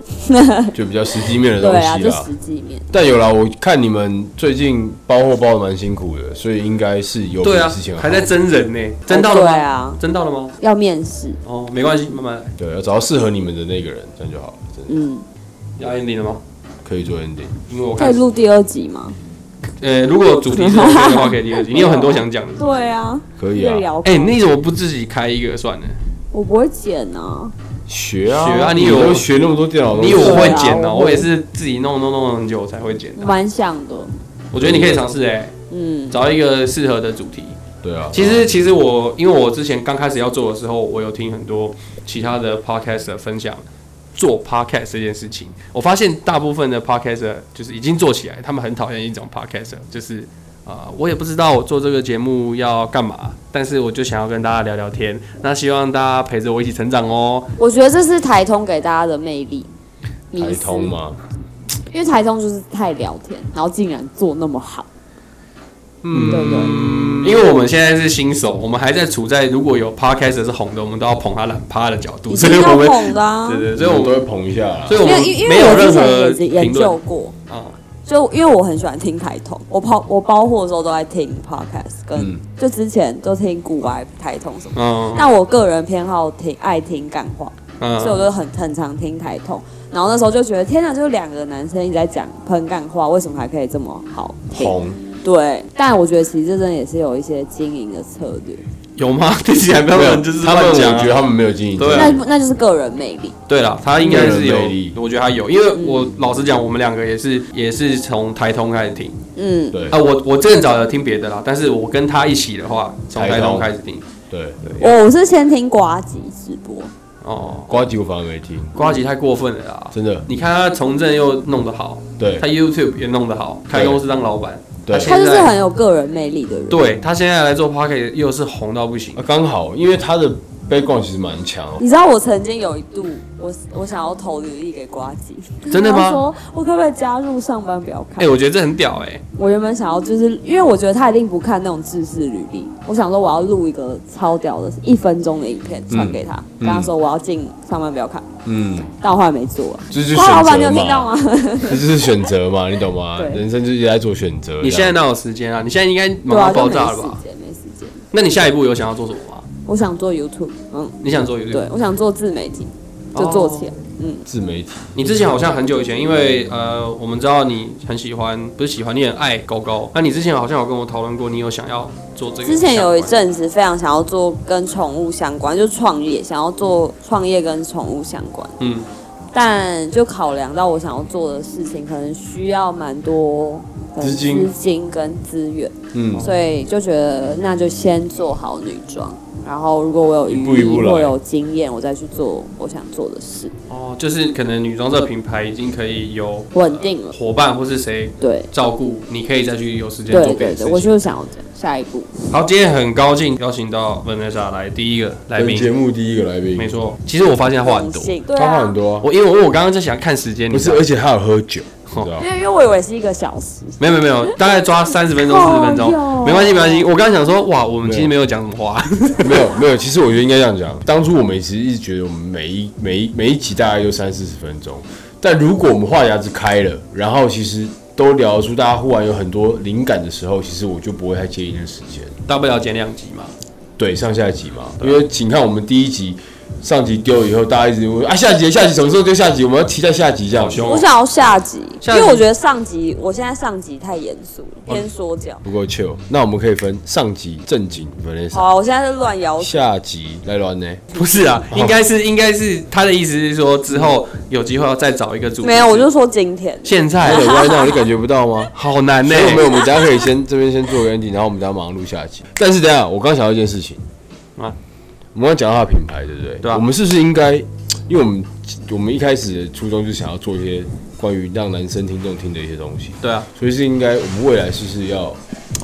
S2: 就比较实际面的东
S3: 对啊，
S2: 西
S3: 就
S2: 啦
S3: 实。际面。
S2: 但有啦，我看你们最近包货包的蛮辛苦的，所以应该是有比
S1: 对啊
S2: 之前，好
S1: 还在真人呢、真到了
S3: 对
S1: 吗？
S3: 啊，
S1: 真到了吗？
S3: 要面试，
S1: 哦，没关系，慢慢来。
S2: 对，要找到适合你们的那个人，这样就好了，真的
S3: 嗯，
S1: 要 ending 了吗？
S2: 可以做 ending。
S1: 因为我
S3: 可
S1: 看
S3: 以录第二集吗？
S1: 呃，如果主题是 OK 的话，可以第二集。你有很多想讲的。
S3: 对啊，
S2: 可以
S3: 越
S2: 啊，
S3: 聊，
S1: 哎、你怎么不自己开一个算了？
S3: 我不会剪啊，
S2: 学啊，
S1: 学啊你有
S2: 有学那么多电脑东西，
S1: 你以为我会剪
S3: 对啊
S1: 哦、
S3: 我
S1: 我也是自己弄弄弄很久才会剪的、
S3: 蛮想的。
S1: 我觉得你可以尝试哎，
S3: 嗯，
S1: 找一个适合的主题。
S2: 对啊，
S1: 其实，其实我因为我之前刚开始要做的时候，我有听很多其他的 podcast 的分享做 podcast 这件事情。我发现大部分的 podcast 就是已经做起来，他们很讨厌一种 podcast，就是啊、呃我也不知道我做这个节目要干嘛，但是我就想要跟大家聊聊天。那希望大家陪着我一起成长哦。
S3: 我觉得这是台通给大家的魅力。迷
S2: 台
S3: 思
S2: 通？嘛，
S3: 啊因为台通就是太聊天，然后竟然做那么好，
S1: 嗯，
S3: 对不对？
S1: 因为我们现在是新手，我们还在处在如果有 podcast 是红的，我们都要捧他懒趴的角度，
S3: 已
S1: 所
S3: 经
S1: 以我
S3: 要
S1: 们
S3: 捧的啊
S1: 对。对，所
S2: 所以
S1: 以
S2: 我
S1: 我
S2: 们都
S1: 们
S2: 会捧一下啊啦
S1: 所。以我们
S3: 因为因
S1: 没
S3: 为
S1: 有
S3: 我之
S1: 任
S3: 前
S1: 何
S3: 也是研
S1: 评
S3: 究
S1: 论
S3: 过，
S1: 啊。
S3: 就因为我很喜欢听台通，我包我包货的时候都在听 podcast，跟、
S2: 嗯
S3: 就之前都听古玩台通什么。
S1: 嗯
S3: 但我个人偏好听爱听干话，所以我
S1: 嗯，
S3: 就很很常听台通。然后那时候就觉得天哪，就是两个男生一直在讲喷干话，为什么还可以这么好听？
S2: 红，
S3: 对，但我觉得其实这真的也是有一些经营的策略，
S1: 有吗？ [LAUGHS] 听起来他们就是
S2: 他们，
S1: 乱
S2: 我
S1: 讲啊
S2: 觉得他们没有经营，
S1: 对
S3: 那
S1: 啊
S3: 那就是个人魅力。
S1: 对了，他应该是
S2: 个人魅力
S1: 有，我觉得他有，因为
S3: 嗯
S1: 我老实讲，我们两个也是也是从台通开始听
S3: 嗯，
S2: 对
S1: 啊，我我更早有听别的啦，但是我跟他一起的话，从台通开始听
S2: 对，
S3: 我我是先听瓜吉直播，
S1: 哦，
S2: 瓜吉我反而没听，
S1: 瓜吉太过分了啦。
S2: 真的，
S1: 你看他从政又弄得好，
S2: 对
S1: 他 YouTube 也弄得好，开公司当老板，
S2: 对
S1: 现
S3: 他就是
S1: 在
S3: 很有个人魅力的人。
S1: 对他现在来做 p o c k e t 又是红到不行
S2: 啊，刚好因为他的 background 其实蛮强哦，
S3: 你知道我曾经有一度，我我想要投履历给瓜吉，
S1: 真的吗
S3: 然后说我可不可以加入上班不要看？
S1: 哎，我觉得这很屌哎，
S2: 啊
S3: 我原本想要就是因为我觉得他一定不看那种制式履历，我想说我要录一个超屌的一分钟的影片传给他，跟他说我要进上班不要看，
S2: 嗯，
S3: 但我后来没做啊。
S2: 这就是
S3: 哇，老板，你有
S2: 选择
S3: 听到
S2: 嘛，
S3: 吗？
S2: 这就是选择嘛，你懂吗？
S3: [LAUGHS] 对
S2: 人生就是一直在做选择。
S1: 你现在
S2: 呢？
S1: 哪有时间啊？你现在应该
S3: 对
S1: 忙
S3: 啊，
S1: 到
S3: 就
S1: 爆
S3: 没
S1: 炸了
S3: 时
S1: 吧？
S3: 间，没时间。
S1: 那你下一步有想要做什么吗？
S3: 我想做 YouTube，嗯，
S1: 你想做 YouTube？
S3: 对，我想做自媒体，就做起来。嗯，
S2: 自媒体，
S1: 你之前好像很久以前，因为呃，我们知道你很喜欢，不是喜欢，你很爱狗狗。那你之前好像有跟我讨论过，你有想要做这个？
S3: 之前有一，阵子非常想要做跟宠物相关，就创业，想要做创业跟宠物相关。
S1: 嗯，
S3: 但就考量到我想要做的事情，可能需要蛮多可能
S2: 资金
S3: 资金跟资源，
S1: 哦
S2: 嗯，
S3: 所以就觉得那就先做好女装，然后如果我有
S4: 一
S3: 余
S4: 步一步
S3: 力
S4: 来
S3: 或有经验，我再去做我想做的事，
S1: 哦，就是可能女装这个品牌已经可以有
S3: 稳定了。
S1: 伙伴或是谁
S3: 对，
S1: 照顾，你可以再去有时间
S3: 对
S1: 做别的
S3: 对对，
S1: 事
S3: 我
S1: 情。
S3: 就是想要这样。下一步，
S1: 好，今天很高兴邀请到 Vanessa 来第一个来
S2: 本节
S1: 宾，
S2: 目第一个来宾，
S1: 没，错。其实我发现他话很多
S3: 荣，幸对
S2: 他话很
S3: 啊，
S2: 多啊、
S1: 我因为我我刚刚在想看时间，
S2: 不
S1: 你知
S2: 是，
S1: 道吗
S2: 而且他有喝酒，你知道
S1: 哦
S3: 因为因为我以为是一个小时，
S1: 没有没有没有，大概抓三十分钟四十分钟
S3: 靠哟，
S1: 没关系没关系。我刚刚想说，哇，我们其实没有讲什么话， [LAUGHS]
S2: 没有没有，其实我觉得应该这样讲。当初我们其实一直觉得我们每一每一每一集大概就三四十分钟，但如果我们话匣子开了，然后其实都聊得出大家忽然有很多灵感的时候，其实我就不会太介意那时间。
S1: 大不了剪两集嘛。
S2: 对，上下集嘛，因为请看我们第一集上集丢了以后，大家一直问啊下集下集什么时候丢下集，我们要期待下集这样。
S1: 好凶哦
S3: 我想要下集，
S1: 下
S3: 因
S1: 集
S3: 为我觉得上集，我现在上集太严肃了，偏说教。
S2: 不够 chill，那我们可以分上集正经 Vanessa，、
S3: 好啊，我现在是乱摇头。
S2: 下集来乱呢。
S1: 不是啊，
S2: 哦
S1: 应该是应该是他的意思是说，之后有机会要再找一个主题。
S3: 没有，我就说今天。
S1: 现
S2: 还
S1: 在
S2: [LAUGHS] 有歪闹，你感觉不到吗？
S1: 好难呢
S2: [LAUGHS] 没。有没有，我们等一下可以先这边先做个 ending，然后我们等一下马上录下集。但是等一下，我刚想到一件事情
S1: 啊
S2: 啊，我们刚讲到它的品牌，对不对？
S1: 对啊
S2: 我们是不是应该，因为我们我们一开始的初衷就想要做一些关于让男生听众听的一些东西，
S1: 对啊，
S2: 所以是应该我们未来是不是要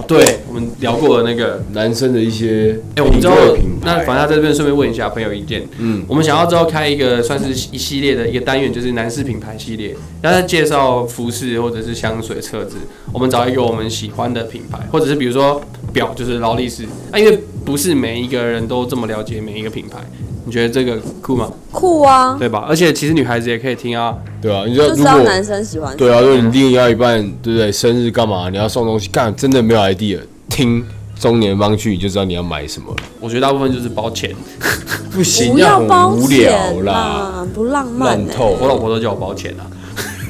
S1: 对我们聊过的那个，
S2: 男生的一些
S1: 哎，我们之后
S2: 品味品
S1: 那
S2: 牌
S1: 反正在这边顺便问一下朋友意见，
S2: 嗯，
S1: 我们想要之后开一个算是一系列的一个单元，就是男士品牌系列，然后再介绍服饰或者是香水、车子，我们找一个我们喜欢的品牌，或者是比如说表，就是劳力士。啊，因为不是每一个人都这么了解每一个品牌，你觉得这个酷吗？
S3: 酷啊，
S1: [LAUGHS] 对吧？而且其实女孩子也可以听啊，
S2: 对啊，你知道
S3: 就
S2: 如
S3: 知道
S2: 果
S3: 男生喜欢。
S2: 对啊，如果你另一要一半，对不对？生日干嘛？你要送东西，干真的没有 idea，听中年帮去你就知道你要买什么了。
S1: 我觉得大部分就是包钱，
S2: 不行，
S3: 不
S2: 那
S1: 啊
S3: 要包
S2: 很无聊
S3: 钱
S2: 啦，
S3: 啦，不浪漫
S2: 烂
S3: 欸
S2: 透。
S1: 我老婆都叫我包钱
S2: [LAUGHS]
S1: 啊。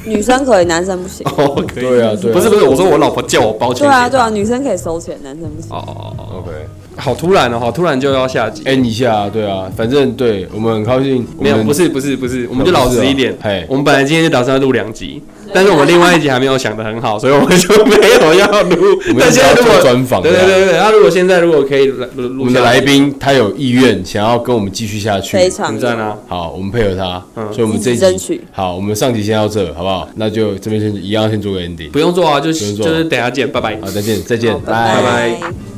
S3: 女生可以，男生不行。
S1: 哦，可以。
S2: 对啊对啊
S1: 不是不是，我说我老婆叫我包钱。
S3: 对啊，对啊，女生可以收钱，男生不行。
S1: 哦哦哦，
S2: OK，
S1: 好突然哦，好突然就要下集。
S2: 哎，你一下啊，对啊，反正对我们很高兴，我
S1: 没有，
S2: 们
S1: 不是不是不是，我们就老实一点
S2: 不是啊嘿。
S1: 我们本来今天就打算要录两集，但是我们另外一集还没有想得很
S2: [LAUGHS]
S1: 好，所以我们就没有要录
S2: 我。们
S1: 但现在如
S2: 要
S1: 果
S2: 做专访啊
S1: 对对对对，那如果现在如果可以来录
S2: 我
S1: 录
S2: 们
S1: 下
S2: 的来，宾他有意愿想要跟我们继续下去，
S3: 非常
S1: 很赞啊！
S2: 好，我们配合他，
S1: 嗯
S2: 所以我们这一
S3: 一起争取
S2: 集好，我们上集先到这，好不好？那就这边先一样先做个 ending，
S1: 不用做啊，就
S2: 不用
S1: 就
S2: 做
S1: 是等一下见，拜拜。
S2: 好，再见，再见，
S3: 好拜
S1: 拜
S3: 拜